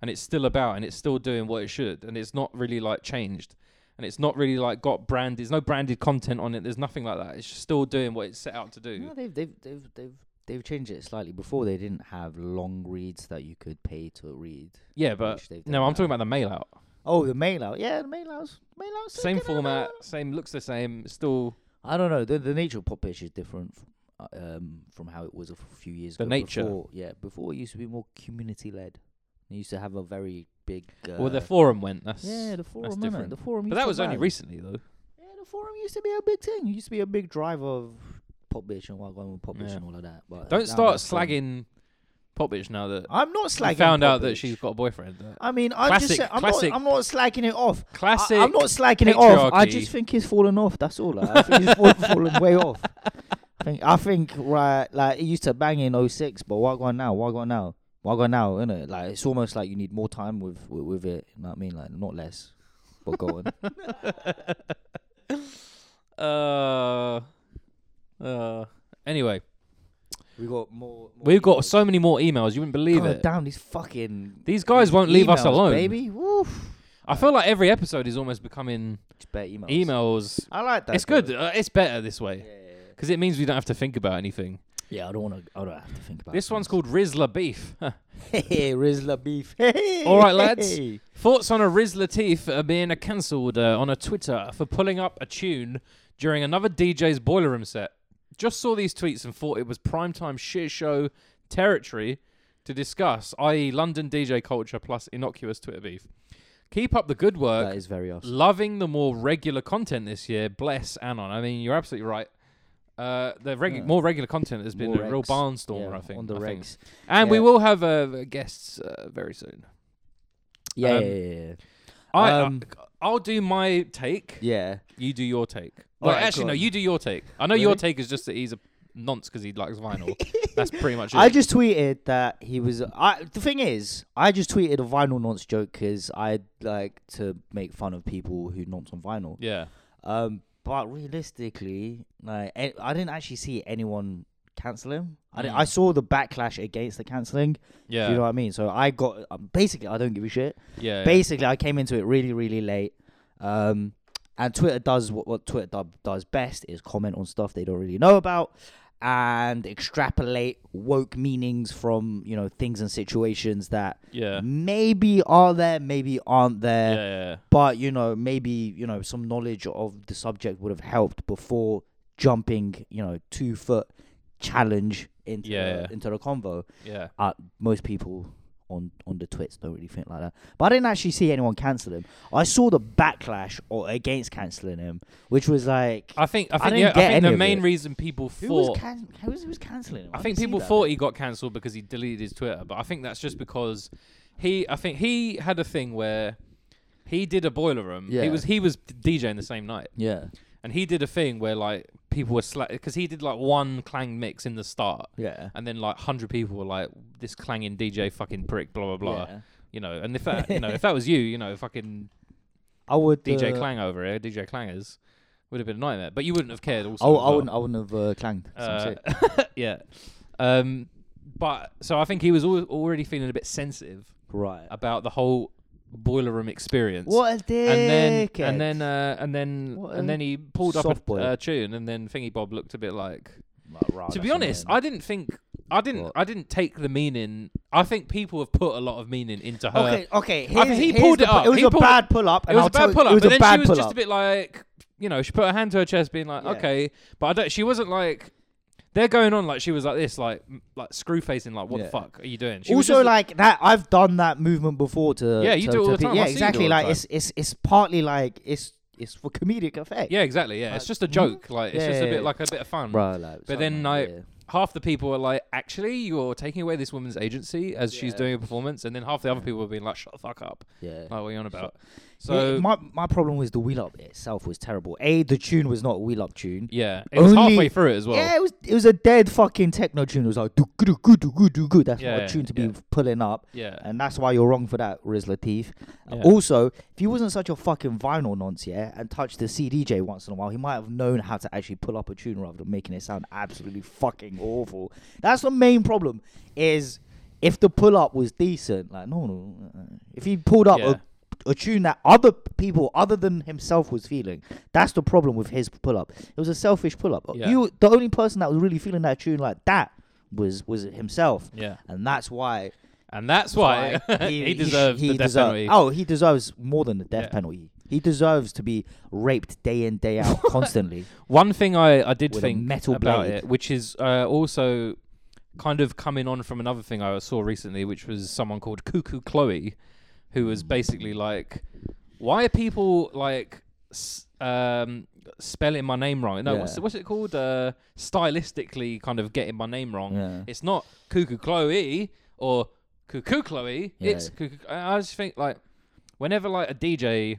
Speaker 1: and it's still about, and it's still doing what it should, and it's not really like changed, and it's not really like got brand. There's no branded content on it. There's nothing like that. It's just still doing what it's set out to do.
Speaker 2: No, they've they've they've they've they've changed it slightly. Before they didn't have long reads that you could pay to read.
Speaker 1: yeah, but
Speaker 2: which they've
Speaker 1: no,
Speaker 2: done
Speaker 1: I'm talking
Speaker 2: now.
Speaker 1: about the mail out.
Speaker 2: Oh, the mail out. Yeah, the mail outs. Mail outs. are
Speaker 1: Same
Speaker 2: good, I don't
Speaker 1: format,
Speaker 2: know.
Speaker 1: same looks the same. Still
Speaker 2: I don't know. The the nature of pop pitch is different. From, um, from how it was a few years
Speaker 1: The
Speaker 2: ago.
Speaker 1: nature.
Speaker 2: Before, yeah, before it used to be more community led. It used to have a very big. Uh,
Speaker 1: well, the forum went. That's
Speaker 2: yeah, the forum. innit?
Speaker 1: different.
Speaker 2: The forum.
Speaker 1: but
Speaker 2: used
Speaker 1: that
Speaker 2: to
Speaker 1: was only
Speaker 2: run.
Speaker 1: recently though.
Speaker 2: Yeah, the forum used to be a big thing. It used to be a big drive of pop bitch and what going with pop bitch
Speaker 1: Yeah.
Speaker 2: and all of that. But now
Speaker 1: Don't start
Speaker 2: that's gone.
Speaker 1: slagging Popitch now that
Speaker 2: I'm not
Speaker 1: you
Speaker 2: slagging.
Speaker 1: found out
Speaker 2: pop
Speaker 1: that
Speaker 2: bitch.
Speaker 1: she's got a boyfriend. Uh,
Speaker 2: I mean, I'm
Speaker 1: Classic-
Speaker 2: just. Saying, I'm
Speaker 1: classic-
Speaker 2: not. I'm not slacking it off.
Speaker 1: Classic.
Speaker 2: I, am not slacking it off. I
Speaker 1: patriarchy.
Speaker 2: just think he's fallen off. That's all. like, I think he's fallen, fallen way off. I think. I think. Right. Like it used to bang in 06, but what going now? What going now? What going now? Innit? Like it's almost like you need more time with with, with it. You know what I mean? Like not less. But go on.
Speaker 1: uh, uh, anyway,
Speaker 2: we got more. more
Speaker 1: we've got
Speaker 2: emails.
Speaker 1: so many more emails. You wouldn't believe
Speaker 2: God
Speaker 1: it.
Speaker 2: damn these fucking.
Speaker 1: These guys
Speaker 2: these
Speaker 1: won't leave us
Speaker 2: emails,
Speaker 1: alone.
Speaker 2: baby. Woof.
Speaker 1: I feel like every episode is almost becoming
Speaker 2: Just better emails.
Speaker 1: emails.
Speaker 2: I like that.
Speaker 1: It's
Speaker 2: though.
Speaker 1: good. Uh, it's better this way
Speaker 2: Yeah, yeah, yeah.
Speaker 1: because it means we don't have to think about anything.
Speaker 2: Yeah, I don't want to. I don't have to think about
Speaker 1: This one's
Speaker 2: things.
Speaker 1: called Rizla Beef. Huh.
Speaker 2: Hey, Rizla beef. Hey.
Speaker 1: All right, lads. Thoughts on a Riz Latif uh, being uh, cancelled uh, on a Twitter for pulling up a tune during another DJ's boiler room set. Just saw these tweets and thought it was primetime shit show territory to discuss, i.e., London DJ culture plus innocuous Twitter beef. Keep up the good work.
Speaker 2: That is very awesome.
Speaker 1: Loving the more regular content this year. Bless Anon. I mean, you're absolutely right. Uh, the regu-
Speaker 2: Yeah.
Speaker 1: more regular content has been
Speaker 2: More
Speaker 1: a real
Speaker 2: regs.
Speaker 1: barnstormer,
Speaker 2: Yeah,
Speaker 1: I think.
Speaker 2: on the
Speaker 1: I think.
Speaker 2: regs.
Speaker 1: And we
Speaker 2: Yeah.
Speaker 1: will have uh, guests uh, very soon.
Speaker 2: Yeah,
Speaker 1: Um,
Speaker 2: yeah, yeah, yeah.
Speaker 1: I,
Speaker 2: Um,
Speaker 1: I, will do my take.
Speaker 2: Yeah.
Speaker 1: You do your take.
Speaker 2: All
Speaker 1: Well,
Speaker 2: right,
Speaker 1: actually,
Speaker 2: go
Speaker 1: no,
Speaker 2: on.
Speaker 1: you do your take. I know your
Speaker 2: Really?
Speaker 1: take is just that he's a nonce because he likes vinyl. That's pretty much it.
Speaker 2: I just tweeted that he was. I the thing is, I just tweeted a vinyl nonce joke because I like to make fun of people who nonce on vinyl.
Speaker 1: yeah.
Speaker 2: Um, but realistically, like a- I didn't actually see anyone cancel him. I, didn't, I
Speaker 1: Mm.
Speaker 2: saw the backlash against the canceling.
Speaker 1: Yeah.
Speaker 2: You know what I mean? So I got um, basically I don't give a shit.
Speaker 1: yeah.
Speaker 2: basically i came into it really really late um and twitter does what, what twitter do- does best is comment on stuff they don't really know about and extrapolate woke meanings from you know things and situations that
Speaker 1: yeah.
Speaker 2: maybe are there maybe aren't
Speaker 1: Yeah.
Speaker 2: there
Speaker 1: Yeah.
Speaker 2: but you know maybe you know some knowledge of the subject would have helped before jumping you know two foot challenge into
Speaker 1: Yeah,
Speaker 2: the,
Speaker 1: yeah.
Speaker 2: into the convo
Speaker 1: Yeah.
Speaker 2: uh, most people on on the twits don't really think like that. But I didn't actually see anyone cancel him. I saw the backlash or against canceling him, which was like
Speaker 1: I think. I think.
Speaker 2: didn't
Speaker 1: yeah,
Speaker 2: get
Speaker 1: I think
Speaker 2: any
Speaker 1: the
Speaker 2: of
Speaker 1: main
Speaker 2: it.
Speaker 1: reason people
Speaker 2: who was,
Speaker 1: thought.
Speaker 2: can- who was who was canceling him?
Speaker 1: I
Speaker 2: didn't
Speaker 1: think
Speaker 2: see
Speaker 1: people
Speaker 2: that.
Speaker 1: thought he got cancelled because he deleted his Twitter, but I think that's just because he. I think he had a thing where he did a boiler room. He
Speaker 2: Yeah.
Speaker 1: was he was DJing the same night.
Speaker 2: Yeah,
Speaker 1: and he did a thing where like people were slack because he did like one clang mix in the start
Speaker 2: yeah,
Speaker 1: and then like 100 people were like this clanging dj fucking prick blah blah blah you know and if that you know if that was you you know fucking
Speaker 2: I would
Speaker 1: dj
Speaker 2: uh,
Speaker 1: clang over here dj clangers would have been a nightmare but you wouldn't have cared also
Speaker 2: Oh, I, w-
Speaker 1: as
Speaker 2: I
Speaker 1: well.
Speaker 2: wouldn't. I wouldn't have uh, clanged. so I'm
Speaker 1: Uh,
Speaker 2: sick.
Speaker 1: yeah um but so i think he was al- already feeling a bit sensitive
Speaker 2: Right.
Speaker 1: about the whole boiler room experience
Speaker 2: What a dick.
Speaker 1: and then and then uh, and then
Speaker 2: What
Speaker 1: and
Speaker 2: a
Speaker 1: then he pulled up
Speaker 2: soft
Speaker 1: a
Speaker 2: boy. Oh,
Speaker 1: uh, tune and then thingy bob looked a bit like to be honest i didn't think i didn't
Speaker 2: What?
Speaker 1: i didn't take the meaning i think people have put a lot of meaning into her
Speaker 2: Okay, okay.
Speaker 1: I
Speaker 2: here's-
Speaker 1: think he
Speaker 2: here's
Speaker 1: pulled
Speaker 2: the
Speaker 1: it up.
Speaker 2: It was
Speaker 1: He
Speaker 2: a
Speaker 1: pulled it-
Speaker 2: bad pull up.
Speaker 1: it was a bad pull up
Speaker 2: It was
Speaker 1: but
Speaker 2: a
Speaker 1: then
Speaker 2: bad
Speaker 1: she was
Speaker 2: pull
Speaker 1: just
Speaker 2: up.
Speaker 1: a bit like you know she put her hand to her chest being like
Speaker 2: Yeah.
Speaker 1: okay but i don't she wasn't like they're going on like she was like this like m- like screw facing like what
Speaker 2: Yeah.
Speaker 1: the fuck are you doing she was
Speaker 2: also
Speaker 1: just-
Speaker 2: like that i've done that movement before to
Speaker 1: Yeah, you
Speaker 2: to-
Speaker 1: do it all
Speaker 2: to
Speaker 1: the
Speaker 2: pe-
Speaker 1: time. I
Speaker 2: yeah
Speaker 1: see you do
Speaker 2: exactly
Speaker 1: all the
Speaker 2: like
Speaker 1: time.
Speaker 2: it's it's it's partly like it's it's for comedic effect
Speaker 1: yeah exactly yeah
Speaker 2: like,
Speaker 1: it's just a
Speaker 2: mhm.
Speaker 1: joke like it's
Speaker 2: Yeah,
Speaker 1: just a
Speaker 2: yeah,
Speaker 1: bit
Speaker 2: yeah.
Speaker 1: like a bit of fun
Speaker 2: bro like,
Speaker 1: But then,
Speaker 2: like,
Speaker 1: like,
Speaker 2: yeah.
Speaker 1: half the people are like, actually, you're taking away this woman's agency as she's
Speaker 2: Yeah.
Speaker 1: doing a performance, and then half the other people are being like, shut the fuck up.
Speaker 2: Yeah.
Speaker 1: Like, what are you on about?
Speaker 2: So
Speaker 1: So
Speaker 2: my my problem was the wheel up itself was terrible. A the tune was not a wheel up tune.
Speaker 1: yeah, it was
Speaker 2: Only-
Speaker 1: halfway through it as well.
Speaker 2: yeah, it was it was a dead fucking techno tune. It was like do do do do do do. That's not
Speaker 1: Yeah,
Speaker 2: a tune to be
Speaker 1: yeah.
Speaker 2: pulling up,
Speaker 1: Yeah.
Speaker 2: and that's why you're wrong for that, Riz Latif. And
Speaker 1: Yeah.
Speaker 2: Also, if he wasn't such a fucking vinyl nonce, yeah, and touched the CDJ once in a while, he might have known how to actually pull up a tune rather than making it sound absolutely fucking awful. That's the main problem. Is if the pull up was decent, like no, no, uh, if he pulled up
Speaker 1: Yeah.
Speaker 2: a, a tune that other people other than himself was feeling, that's the problem with his pull up. It was a selfish pull up.
Speaker 1: Yeah.
Speaker 2: You, the only person that was really feeling that tune like that was was himself,
Speaker 1: Yeah.
Speaker 2: and that's why
Speaker 1: And that's why
Speaker 2: why
Speaker 1: he, deserves the death
Speaker 2: deserve-
Speaker 1: penalty.
Speaker 2: Oh, he deserves more than the death
Speaker 1: Yeah.
Speaker 2: penalty. He deserves to be raped day in day out constantly.
Speaker 1: One thing I, I did
Speaker 2: With a
Speaker 1: think
Speaker 2: metal
Speaker 1: about
Speaker 2: blade.
Speaker 1: it, which is uh, also kind of coming on from another thing I saw recently, which was someone called Cuckoo Chloe, who
Speaker 2: Mm.
Speaker 1: was basically like, "Why are people like s- um, spelling my name wrong? No, what's
Speaker 2: Yeah.
Speaker 1: what's it called? Uh, stylistically, kind of getting my name wrong.
Speaker 2: Yeah.
Speaker 1: It's not Cuckoo Chloe or Cuckoo Chloe. It's Cuckoo. I I just think like." Whenever like a DJ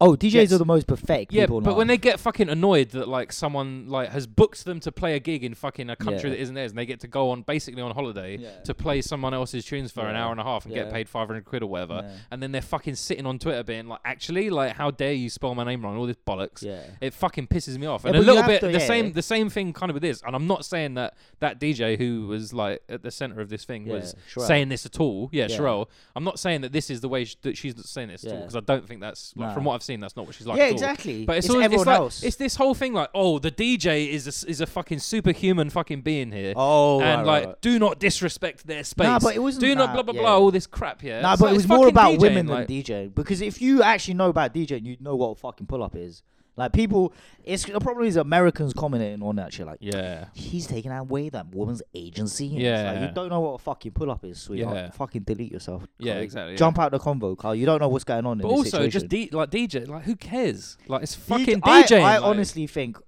Speaker 2: Oh, DJs
Speaker 1: Yes.
Speaker 2: are the most pathetic
Speaker 1: yeah,
Speaker 2: people.
Speaker 1: but
Speaker 2: now.
Speaker 1: when they get fucking annoyed that like someone like has booked them to play a gig in fucking a country
Speaker 2: Yeah.
Speaker 1: that isn't theirs, and they get to go on basically on holiday
Speaker 2: Yeah.
Speaker 1: to play someone else's tunes for an
Speaker 2: Yeah.
Speaker 1: hour and a half and get
Speaker 2: Yeah.
Speaker 1: paid five hundred quid or whatever,
Speaker 2: Yeah.
Speaker 1: and then they're fucking sitting on Twitter being like, actually, like, how dare you spell my name wrong? All this bollocks.
Speaker 2: yeah,
Speaker 1: It fucking pisses me off,
Speaker 2: Yeah,
Speaker 1: and a
Speaker 2: but you
Speaker 1: little
Speaker 2: have
Speaker 1: bit
Speaker 2: to-
Speaker 1: the
Speaker 2: yeah.
Speaker 1: same the same thing kind of with this. And I'm not saying that that DJ who was like at the center of this thing
Speaker 2: Yeah,
Speaker 1: was
Speaker 2: Sherelle.
Speaker 1: saying this at all. Yeah,
Speaker 2: Yeah.
Speaker 1: Sherelle. I'm not saying that this is the way sh- that she's saying this at all
Speaker 2: Yeah.
Speaker 1: because I don't think that's like,
Speaker 2: No.
Speaker 1: from what I've seen that's not what she's like.
Speaker 2: yeah,
Speaker 1: at all.
Speaker 2: exactly.
Speaker 1: But it's, all,
Speaker 2: always
Speaker 1: it's
Speaker 2: everyone
Speaker 1: like,
Speaker 2: else.
Speaker 1: It's this whole thing like, oh, the DJ is a, s- is a fucking superhuman fucking being here,
Speaker 2: oh,
Speaker 1: and like,
Speaker 2: right, right, right.
Speaker 1: do not disrespect their space.
Speaker 2: Nah, but it wasn't
Speaker 1: do not
Speaker 2: that,
Speaker 1: blah blah
Speaker 2: yeah.
Speaker 1: blah all this crap here.
Speaker 2: Nah,
Speaker 1: It's
Speaker 2: but
Speaker 1: like,
Speaker 2: it
Speaker 1: it's
Speaker 2: was more
Speaker 1: fucking
Speaker 2: about
Speaker 1: DJing,
Speaker 2: women
Speaker 1: like-
Speaker 2: than DJing because if you actually know about DJing, you know what a fucking pull up is. Like people, it's the problem is Americans commenting on that shit. Like
Speaker 1: Yeah,
Speaker 2: he's taking away that woman's agency. And it's like,
Speaker 1: Yeah.
Speaker 2: you don't know what a fucking pull up is, sweetheart.
Speaker 1: Yeah.
Speaker 2: Fucking delete yourself.
Speaker 1: Yeah,
Speaker 2: Carl.
Speaker 1: exactly,
Speaker 2: Jump out the convo, Carl. You don't know what's going on
Speaker 1: but
Speaker 2: in this
Speaker 1: also
Speaker 2: situation.
Speaker 1: just D- like DJ, like who cares? Like it's
Speaker 2: D-
Speaker 1: fucking
Speaker 2: I-
Speaker 1: DJing.
Speaker 2: I,
Speaker 1: like-
Speaker 2: honestly think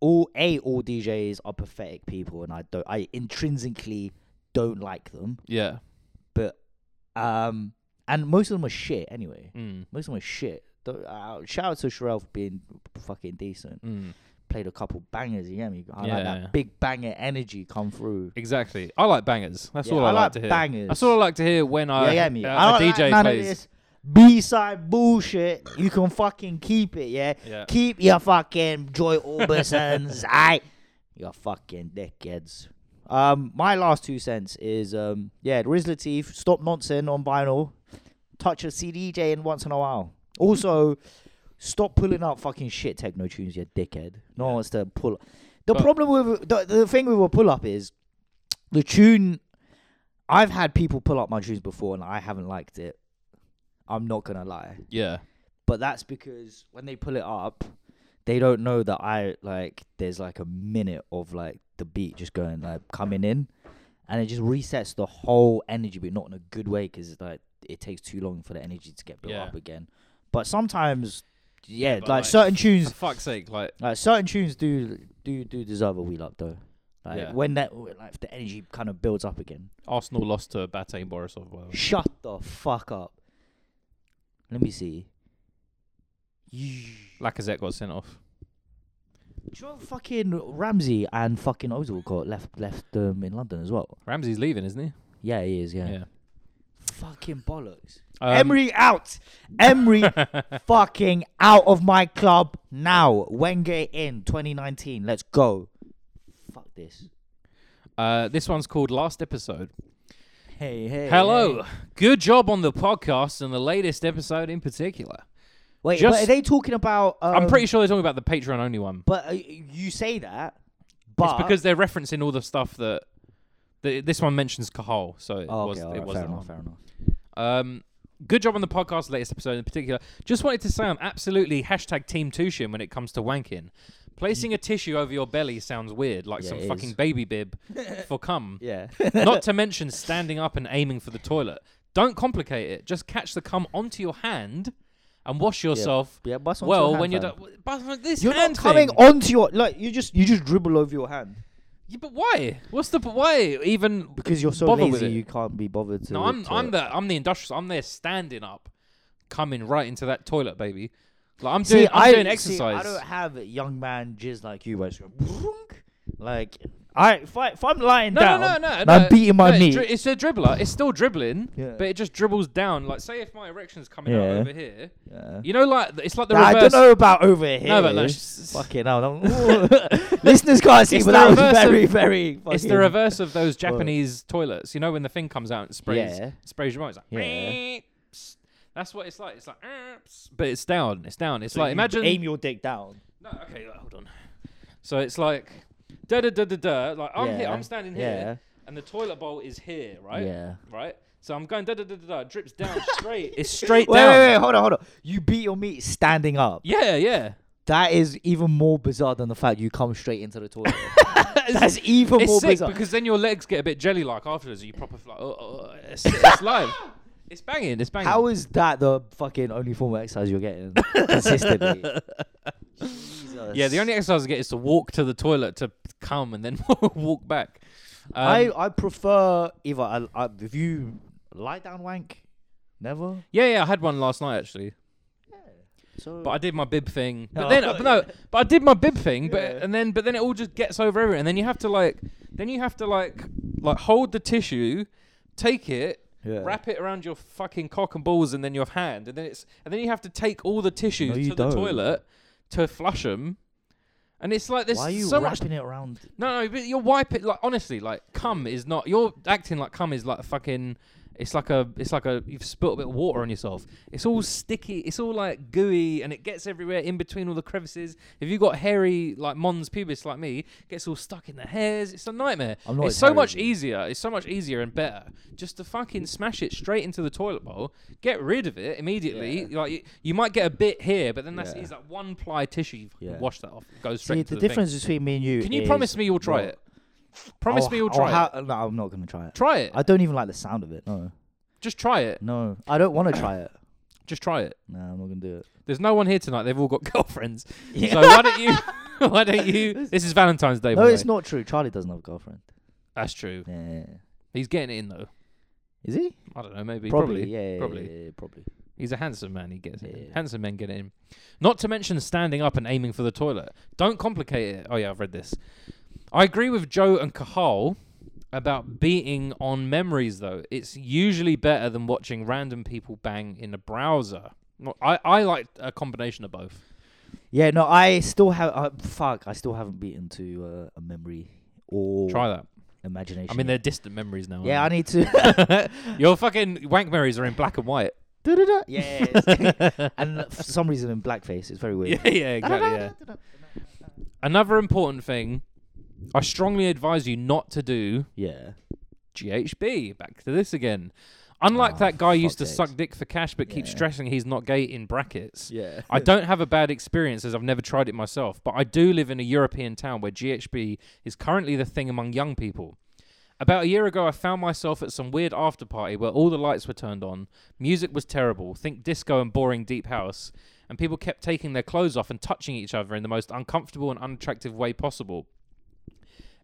Speaker 2: all a all DJs are pathetic people, and I don't. I intrinsically don't like them,
Speaker 1: yeah,
Speaker 2: but um, and most of them are shit anyway.
Speaker 1: mm,
Speaker 2: Most of them are shit. Don't- Uh, shout out to Sherelle for being fucking decent.
Speaker 1: mm.
Speaker 2: Played a couple bangers, you get me? I like
Speaker 1: Yeah.
Speaker 2: that big banger energy come through.
Speaker 1: exactly. I like bangers. That's
Speaker 2: Yeah,
Speaker 1: all I,
Speaker 2: I
Speaker 1: like,
Speaker 2: like
Speaker 1: to hear.
Speaker 2: bangers.
Speaker 1: That's all I like to hear when I
Speaker 2: yeah, yeah, me.
Speaker 1: uh,
Speaker 2: I
Speaker 1: a
Speaker 2: don't like
Speaker 1: DJ
Speaker 2: none
Speaker 1: plays.
Speaker 2: of this B-side bullshit. You can fucking keep it, yeah.
Speaker 1: Yeah.
Speaker 2: Keep your fucking Joy Orbison's, I. Your fucking dickheads. Um, my last two cents is um, yeah, Riz Latif, stop nonsense on vinyl. Touch a CDJ in once in a while. Also, stop pulling out fucking shit techno tunes, you dickhead. No one wants to pull. The
Speaker 1: But-
Speaker 2: problem with the, the thing with a pull up is the tune I've had people pull up my tunes before and I haven't liked it. I'm not gonna lie,
Speaker 1: Yeah,
Speaker 2: but that's because when they pull it up, they don't know that I like there's like a minute of like the beat just going like coming in, and it just resets the whole energy, but not in a good way because like it takes too long for the energy to get built
Speaker 1: Yeah.
Speaker 2: up again. But sometimes, yeah,
Speaker 1: but,
Speaker 2: like,
Speaker 1: like,
Speaker 2: certain tunes,
Speaker 1: for fuck's sake, like
Speaker 2: like certain tunes do do do deserve a wheel up though. Like
Speaker 1: Yeah.
Speaker 2: when that like the energy kind of builds up again.
Speaker 1: Arsenal lost to Bate Borisov. by the way.
Speaker 2: Shut the fuck up. Let me see. You,
Speaker 1: Lacazette got sent off.
Speaker 2: do you know fucking Ramsey and fucking Ozil got left left um, in London as well.
Speaker 1: Ramsey's leaving, isn't he?
Speaker 2: Yeah, he is. Yeah.
Speaker 1: Yeah.
Speaker 2: Fucking bollocks.
Speaker 1: Um,
Speaker 2: Emery out. Emery fucking out of my club now. Wenger in 2019. Let's go. Fuck this.
Speaker 1: Uh, this one's called Last Episode.
Speaker 2: Hey, hey.
Speaker 1: Hello.
Speaker 2: hey.
Speaker 1: Good job on the podcast and the latest episode in particular.
Speaker 2: Wait,
Speaker 1: Just-
Speaker 2: but are they talking about? Um,
Speaker 1: I'm pretty sure they're talking about the Patreon only one.
Speaker 2: But uh, you say that, but
Speaker 1: it's because they're referencing all the stuff that. The, this one mentions Cahal, so it
Speaker 2: Oh,
Speaker 1: was
Speaker 2: okay, all
Speaker 1: it
Speaker 2: right,
Speaker 1: was
Speaker 2: fair
Speaker 1: that
Speaker 2: enough.
Speaker 1: one.
Speaker 2: Fair enough.
Speaker 1: Um, good job on the podcast, latest episode in particular. Just wanted to say I'm absolutely hashtag team Tushin when it comes to wanking. Placing a tissue over your belly sounds weird, like
Speaker 2: Yeah,
Speaker 1: some
Speaker 2: it is.
Speaker 1: fucking baby bib for cum.
Speaker 2: Yeah.
Speaker 1: Not to mention standing up and aiming for the toilet. Don't complicate it. Just catch the cum onto your hand and wash yourself.
Speaker 2: Yeah, bust onto
Speaker 1: well,
Speaker 2: your hand,
Speaker 1: when you're
Speaker 2: fam.
Speaker 1: done. But this
Speaker 2: You're not
Speaker 1: hand
Speaker 2: coming
Speaker 1: thing.
Speaker 2: onto your like you just you just dribble over your hand.
Speaker 1: Yeah, but why? What's the p- why? Even
Speaker 2: Because you're so
Speaker 1: Bother with
Speaker 2: lazy,
Speaker 1: it.
Speaker 2: you can't be bothered to.
Speaker 1: no, I'm
Speaker 2: to-
Speaker 1: I'm the I'm the industrial. I'm there standing up, coming right into that toilet, baby. Like I'm
Speaker 2: See,
Speaker 1: doing I'm
Speaker 2: I-
Speaker 1: doing
Speaker 2: see, I
Speaker 1: exercise.
Speaker 2: don't have a young man jizz like you, where it's going, vroonk. like I if, I if I'm lying
Speaker 1: no,
Speaker 2: down,
Speaker 1: no, no, no,
Speaker 2: and
Speaker 1: no.
Speaker 2: I'm beating my
Speaker 1: no, it
Speaker 2: knee.
Speaker 1: dri- it's a dribbler. It's still dribbling,
Speaker 2: Yeah.
Speaker 1: but it just dribbles down. Like say if my erection's coming out
Speaker 2: Yeah.
Speaker 1: over here,
Speaker 2: Yeah.
Speaker 1: you know, like it's like the
Speaker 2: Nah, I
Speaker 1: reverse.
Speaker 2: don't know about over here.
Speaker 1: No, but no, it's-
Speaker 2: fucking hell. I'm- Listeners can't see,
Speaker 1: It's
Speaker 2: but
Speaker 1: the
Speaker 2: that was
Speaker 1: reverse of-
Speaker 2: very, very. Fucking,
Speaker 1: It's the reverse of those Japanese toilets. You know when the thing comes out and sprays
Speaker 2: Yeah.
Speaker 1: sprays your mouth. It's like
Speaker 2: Yeah.
Speaker 1: "Beep, psst." that's what it's like. It's like "Er, psst," but it's down. It's down. It's
Speaker 2: So
Speaker 1: like
Speaker 2: you
Speaker 1: imagine.
Speaker 2: aim your dick down.
Speaker 1: No, okay, like, hold on. So it's like da da da da da. Like I'm here.
Speaker 2: Yeah.
Speaker 1: I'm standing here, and the toilet bowl is here,
Speaker 2: Yeah.
Speaker 1: right?
Speaker 2: Yeah.
Speaker 1: Right. So I'm going da da da da da. It drips down straight. It's straight
Speaker 2: Wait,
Speaker 1: down.
Speaker 2: wait, wait, hold on, hold on. You beat your meat standing up.
Speaker 1: Yeah, yeah.
Speaker 2: That is even more bizarre than the fact you come straight into the toilet. That's even
Speaker 1: It's
Speaker 2: more
Speaker 1: sick
Speaker 2: bizarre.
Speaker 1: because then your legs get a bit jelly-like afterwards. You proper like, oh, oh, oh, it's, it's live. It's banging. It's banging.
Speaker 2: How is that the fucking only form of exercise you're getting consistently? Jesus.
Speaker 1: Yeah, the only exercise I get is to walk to the toilet to come and then walk back. Um,
Speaker 2: I I prefer either I, I, if you lie down wank, never.
Speaker 1: yeah, yeah, I had one last night actually,
Speaker 2: So
Speaker 1: but I did my bib thing. But
Speaker 2: Oh,
Speaker 1: then, but no, but I did my bib thing. But
Speaker 2: Yeah.
Speaker 1: and then, but then it all just gets over everything. And then you have to like, then you have to like, like hold the tissue, take it,
Speaker 2: Yeah.
Speaker 1: wrap it around your fucking cock and balls, and then your hand, and then it's, and then you have to take all the tissues
Speaker 2: you
Speaker 1: to
Speaker 2: don't.
Speaker 1: the toilet to flush them. And it's like there's
Speaker 2: why are you
Speaker 1: so much
Speaker 2: wrapping it around?
Speaker 1: No, no, but you're wiping like honestly, like cum is not. You're acting like cum is like a fucking. It's like a. It's like a. You've spilt a bit of water on yourself. It's all sticky. It's all like gooey, and it gets everywhere in between all the crevices. If you've got hairy like Mons pubis like me, it gets all stuck in the hairs. It's a nightmare.
Speaker 2: I'm not
Speaker 1: it's
Speaker 2: as
Speaker 1: so
Speaker 2: hairy
Speaker 1: much
Speaker 2: as you.
Speaker 1: easier. It's so much easier and better just to fucking smash it straight into the toilet bowl. Get rid of it immediately. Like you, you might get a bit here, but then that's
Speaker 2: Yeah.
Speaker 1: it's like one ply tissue. You fucking
Speaker 2: Yeah.
Speaker 1: wash that off. Go straight.
Speaker 2: See,
Speaker 1: into
Speaker 2: the,
Speaker 1: the thing.
Speaker 2: difference between me and you.
Speaker 1: Can you
Speaker 2: is
Speaker 1: promise me you'll try
Speaker 2: no.
Speaker 1: it? Promise
Speaker 2: I'll-
Speaker 1: me you'll
Speaker 2: I'll
Speaker 1: try it.
Speaker 2: ha- No, I'm not gonna try it.
Speaker 1: Try it.
Speaker 2: I don't even like the sound of it. No,
Speaker 1: Just try it.
Speaker 2: no, I don't want to try it.
Speaker 1: Just try it.
Speaker 2: No, I'm not gonna do it.
Speaker 1: There's no one here tonight. They've all got girlfriends.
Speaker 2: Yeah.
Speaker 1: So why don't you? why don't you? This is Valentine's Day.
Speaker 2: No,
Speaker 1: by the
Speaker 2: it's
Speaker 1: way.
Speaker 2: not true. Charlie doesn't have a girlfriend.
Speaker 1: That's true.
Speaker 2: Yeah.
Speaker 1: He's getting it in though.
Speaker 2: Is he?
Speaker 1: I don't know. Maybe. Probably.
Speaker 2: Yeah. yeah,
Speaker 1: probably.
Speaker 2: yeah, yeah, probably.
Speaker 1: He's a handsome man. He gets it. in.
Speaker 2: Yeah.
Speaker 1: Handsome men get it in. Not to mention standing up and aiming for the toilet. Don't complicate it. Oh yeah, I've read this. I agree with Joe and Cahal about beating on memories though. It's usually better than watching random people bang in a browser. Not- I, I like a combination of both.
Speaker 2: Yeah. No, I still have. Uh, fuck, I still haven't beaten to uh, a memory or
Speaker 1: Try that.
Speaker 2: imagination.
Speaker 1: I mean,
Speaker 2: yet.
Speaker 1: they're distant memories now.
Speaker 2: yeah, I
Speaker 1: aren't
Speaker 2: need to.
Speaker 1: they? your fucking wank memories are in black and white.
Speaker 2: Du-du-du. yes. and for some reason in blackface, it's very weird.
Speaker 1: Yeah, yeah, exactly. Yeah. Another important thing, I strongly advise you not to do
Speaker 2: Yeah.
Speaker 1: GHB. Back to this again. Unlike
Speaker 2: Ah,
Speaker 1: that guy who used to
Speaker 2: fuck
Speaker 1: suck dick for cash but keeps
Speaker 2: Yeah.
Speaker 1: stressing he's not gay in brackets.
Speaker 2: Yeah.
Speaker 1: I don't have a bad experience as I've never tried it myself, but I do live in a European town where GHB is currently the thing among young people. About a year ago, I found myself at some weird after party where all the lights were turned on, music was terrible, think disco and boring deep house, and people kept taking their clothes off and touching each other in the most uncomfortable and unattractive way possible.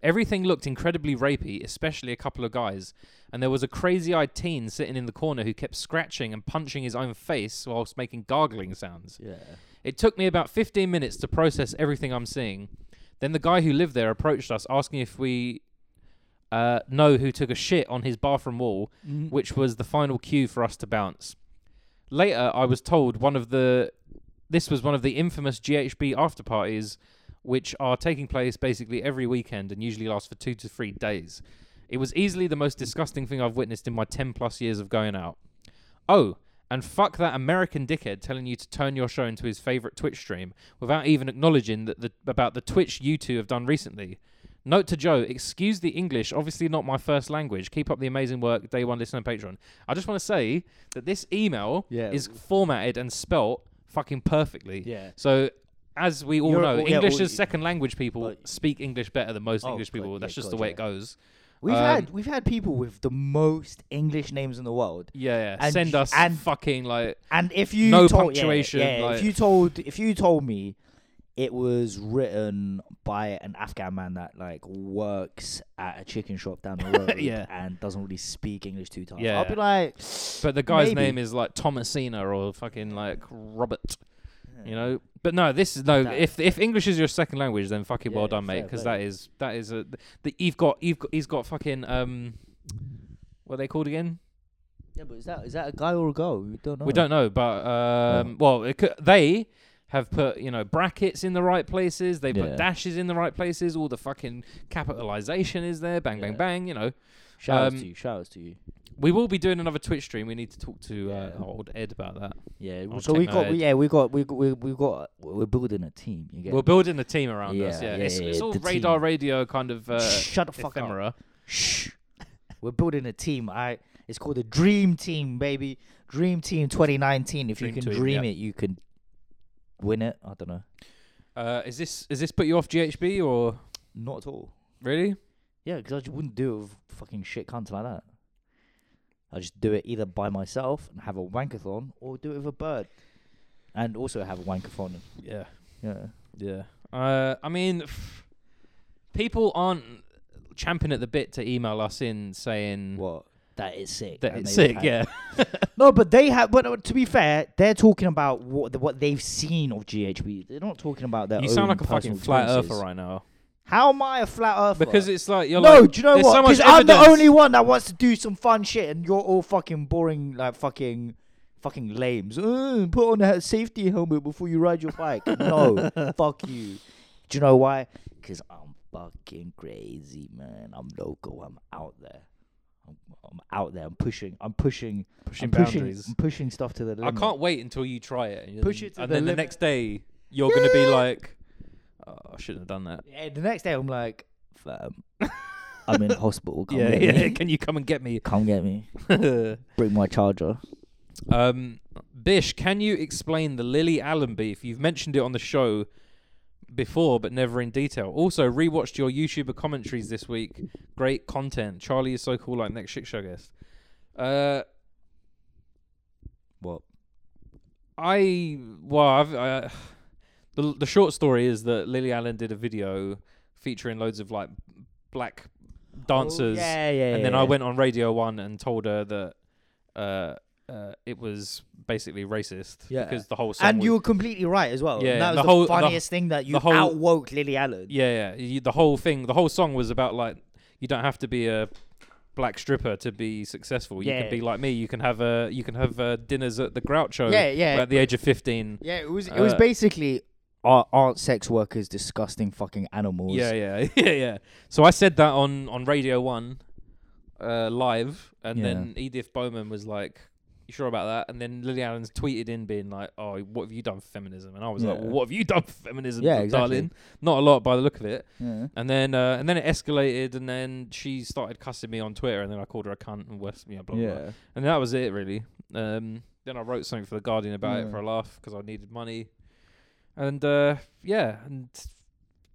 Speaker 1: Everything looked incredibly rapey, especially a couple of guys, and there was a crazy eyed teen sitting in the corner who kept scratching and punching his own face whilst making gargling sounds.
Speaker 2: Yeah.
Speaker 1: It took me about 15 minutes to process everything I'm seeing. Then the guy who lived there approached us asking if we uh, know who took a shit on his bathroom wall, which was the final cue for us to bounce. Later, I was told one of the this was one of the infamous GHB after parties, which are taking place basically every weekend and usually last for two to three days. It was easily the most disgusting thing I've witnessed in my 10 plus years of going out. Oh, and fuck that American dickhead telling you to turn your show into his favorite Twitch stream without even acknowledging that the, about the Twitch you two have done recently. Note to Joe, excuse the English, obviously not my first language. Keep up the amazing work, day one listener and patron. I just want to say that this email
Speaker 2: Yeah.
Speaker 1: is formatted and spelt fucking perfectly.
Speaker 2: Yeah.
Speaker 1: So, as we all
Speaker 2: You're-
Speaker 1: know,
Speaker 2: well, yeah,
Speaker 1: English
Speaker 2: well,
Speaker 1: as second language people
Speaker 2: but-
Speaker 1: speak English better than most
Speaker 2: Oh,
Speaker 1: English
Speaker 2: God,
Speaker 1: people.
Speaker 2: yeah,
Speaker 1: That's just the
Speaker 2: God,
Speaker 1: way
Speaker 2: yeah.
Speaker 1: it goes.
Speaker 2: We've
Speaker 1: Um,
Speaker 2: had we've had people with the most English names in the world,
Speaker 1: Yeah,
Speaker 2: And
Speaker 1: send
Speaker 2: j-
Speaker 1: us
Speaker 2: and-
Speaker 1: fucking like
Speaker 2: and if you
Speaker 1: No
Speaker 2: told, yeah,
Speaker 1: punctuation,
Speaker 2: yeah,
Speaker 1: like-
Speaker 2: if you told if you told me it was written by an Afghan man that like works at a chicken shop down the road
Speaker 1: Yeah.
Speaker 2: and doesn't really speak English too tough.
Speaker 1: Yeah.
Speaker 2: I'll be like,
Speaker 1: But the guy's
Speaker 2: Maybe.
Speaker 1: name is like Thomasina or fucking like Robert, you know. But no, this is no.
Speaker 2: That-
Speaker 1: If if English is your second language, then fucking well
Speaker 2: Yeah,
Speaker 1: done, mate.
Speaker 2: fair
Speaker 1: Because
Speaker 2: play.
Speaker 1: that is that is a the, you've got you've got he's got fucking um, what are they called again?
Speaker 2: yeah, but is that is that a guy or a girl? We don't know.
Speaker 1: We don't know, but um, well, it could, they have put you know brackets in the right places. They
Speaker 2: Yeah.
Speaker 1: put dashes in the right places. All the fucking capitalization is there. Bang, bang,
Speaker 2: Yeah.
Speaker 1: bang. You know,
Speaker 2: Shout outs
Speaker 1: Um,
Speaker 2: to you. Shout outs to you.
Speaker 1: we will be doing another Twitch stream. We need to talk to uh,
Speaker 2: Yeah.
Speaker 1: old Ed about that.
Speaker 2: Yeah.
Speaker 1: I'll
Speaker 2: so
Speaker 1: take
Speaker 2: we
Speaker 1: my
Speaker 2: got. We,
Speaker 1: head.
Speaker 2: yeah, we got. We got. We, we got. We're building a team. You get
Speaker 1: We're building a team around us.
Speaker 2: Yeah,
Speaker 1: Yeah,
Speaker 2: yeah,
Speaker 1: it's,
Speaker 2: yeah,
Speaker 1: it's all
Speaker 2: the
Speaker 1: radar
Speaker 2: team.
Speaker 1: radio kind of uh,
Speaker 2: Shut the fuck up.
Speaker 1: ephemera.
Speaker 2: Shh. We're building a team. I. It's called the Dream Team, baby. Dream Team 2019. If
Speaker 1: Dream
Speaker 2: you can
Speaker 1: team,
Speaker 2: dream
Speaker 1: yeah.
Speaker 2: it, you can win it. I don't know.
Speaker 1: Uh, is this is this put you off GHB or
Speaker 2: Not at all.
Speaker 1: really?
Speaker 2: Yeah, because I just wouldn't do it with fucking shit cunts like that. I just do it either by myself and have a wankathon, or do it with a bird, and also have a wankathon.
Speaker 1: Yeah,
Speaker 2: Yeah.
Speaker 1: yeah. Uh, I mean, pff, people aren't champing at the bit to email us in saying
Speaker 2: What? That is sick.
Speaker 1: that
Speaker 2: and
Speaker 1: it's
Speaker 2: they would
Speaker 1: sick.
Speaker 2: have-
Speaker 1: Yeah,
Speaker 2: No, but they have. But uh, to be fair, they're talking about what the, what they've seen of GHB. They're not talking about their.
Speaker 1: you sound
Speaker 2: own
Speaker 1: like a fucking
Speaker 2: personal
Speaker 1: flat earther
Speaker 2: experiences.
Speaker 1: right now
Speaker 2: How am I a flat earther?
Speaker 1: because it's like you're
Speaker 2: no,
Speaker 1: like,
Speaker 2: do you know
Speaker 1: there's
Speaker 2: what?
Speaker 1: so much
Speaker 2: Because I'm the
Speaker 1: evidence.
Speaker 2: only one that wants to do some fun shit, and you're all fucking boring, like fucking, fucking lames. Uh, put on a safety helmet before you ride your bike. no, fuck you. Do you know why? Because I'm fucking crazy, man. I'm local. I'm out there. I'm, I'm out there. I'm pushing. I'm pushing.
Speaker 1: pushing
Speaker 2: I'm pushing.
Speaker 1: boundaries.
Speaker 2: I'm pushing stuff to the
Speaker 1: I
Speaker 2: limit.
Speaker 1: can't wait until you try it. And,
Speaker 2: Push
Speaker 1: then-
Speaker 2: it to
Speaker 1: and
Speaker 2: the
Speaker 1: then
Speaker 2: limit.
Speaker 1: the next day you're gonna be
Speaker 2: Yeah.
Speaker 1: like, oh, I shouldn't have done that.
Speaker 2: Yeah, the next day I'm like, fam, I'm in hospital. Come
Speaker 1: yeah,
Speaker 2: get
Speaker 1: yeah.
Speaker 2: me.
Speaker 1: Can you come and get me?
Speaker 2: Come get me. Bring my charger.
Speaker 1: Um, Bish, can you explain the Lily Allen beef? You've mentioned it on the show before, but never in detail. Also, rewatched your YouTuber commentaries this week. Great content. Charlie is so cool, like next shit show guest. Uh,
Speaker 2: What?
Speaker 1: I well, I've, I, the the short story is that Lily Allen did a video featuring loads of like black dancers.
Speaker 2: Oh, yeah, yeah.
Speaker 1: and then
Speaker 2: yeah.
Speaker 1: I went on Radio One and told her that uh, uh, it was basically racist
Speaker 2: Yeah.
Speaker 1: because the whole song
Speaker 2: And
Speaker 1: was-
Speaker 2: you were completely right as well.
Speaker 1: Yeah,
Speaker 2: and that was
Speaker 1: the
Speaker 2: the,
Speaker 1: whole- the-
Speaker 2: funniest thing that you
Speaker 1: the whole-
Speaker 2: outwoke Lily Allen.
Speaker 1: yeah yeah you, the whole thing the whole song was about like you don't have to be a black stripper to be successful you
Speaker 2: Yeah.
Speaker 1: can be like me you can have a you can have uh, dinners at the Groucho
Speaker 2: Yeah, yeah.
Speaker 1: at the age of 15
Speaker 2: Yeah, it was. It was
Speaker 1: Uh,
Speaker 2: basically are aren't sex workers disgusting fucking animals?
Speaker 1: yeah yeah yeah yeah so I said that on on Radio 1 uh, live and
Speaker 2: Yeah.
Speaker 1: then Edith Bowman was like you sure about that? And then Lily Allen's tweeted in being like, "Oh, what have you done for feminism?" And I was like,
Speaker 2: Yeah.
Speaker 1: well, "What have you done for feminism,
Speaker 2: Yeah, exactly.
Speaker 1: darling?" Not a lot by the look of it.
Speaker 2: yeah.
Speaker 1: And then uh, and then it escalated, and then she started cussing me on Twitter, and then I called her a cunt and worse, you know, blah, blah, blah. And that was it, really. Um, then I wrote something for the Guardian about
Speaker 2: Yeah.
Speaker 1: it for a laugh because I needed money, and uh, yeah, and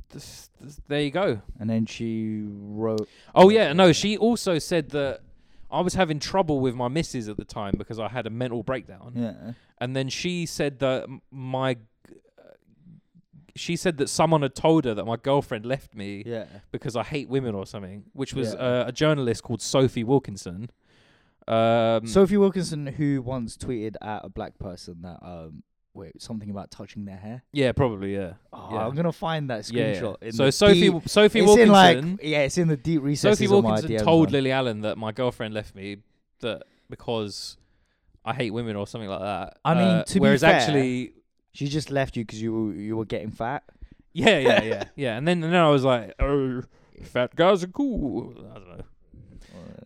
Speaker 1: this, this, there you go.
Speaker 2: And then she wrote.
Speaker 1: Oh yeah, no, she also said that I was having trouble with my missus at the time because I had a mental breakdown
Speaker 2: Yeah.
Speaker 1: and then she said that m- my she said that someone had told her that my girlfriend left me
Speaker 2: Yeah.
Speaker 1: because I hate women or something, which was
Speaker 2: Yeah.
Speaker 1: uh, a journalist called Sophie Wilkinson. Um,
Speaker 2: Sophie Wilkinson, who once tweeted at a black person that um wait something about touching their hair.
Speaker 1: yeah, probably yeah.
Speaker 2: Oh,
Speaker 1: Yeah.
Speaker 2: I'm gonna find that
Speaker 1: Yeah, yeah.
Speaker 2: screenshot. in
Speaker 1: So
Speaker 2: the
Speaker 1: Sophie
Speaker 2: deep-
Speaker 1: Sophie
Speaker 2: it's
Speaker 1: Wilkinson
Speaker 2: In like, yeah, it's in the deep recesses
Speaker 1: Sophie
Speaker 2: of my
Speaker 1: Wilkinson
Speaker 2: DMs,
Speaker 1: told
Speaker 2: man.
Speaker 1: Lily Allen that my girlfriend left me that because I hate women or something like that.
Speaker 2: I mean,
Speaker 1: Uh,
Speaker 2: to be
Speaker 1: whereas
Speaker 2: fair-
Speaker 1: actually,
Speaker 2: She just left you because you were, you were getting fat.
Speaker 1: yeah, yeah, yeah, yeah. And then and then I was like, oh, fat guys are cool. I don't know.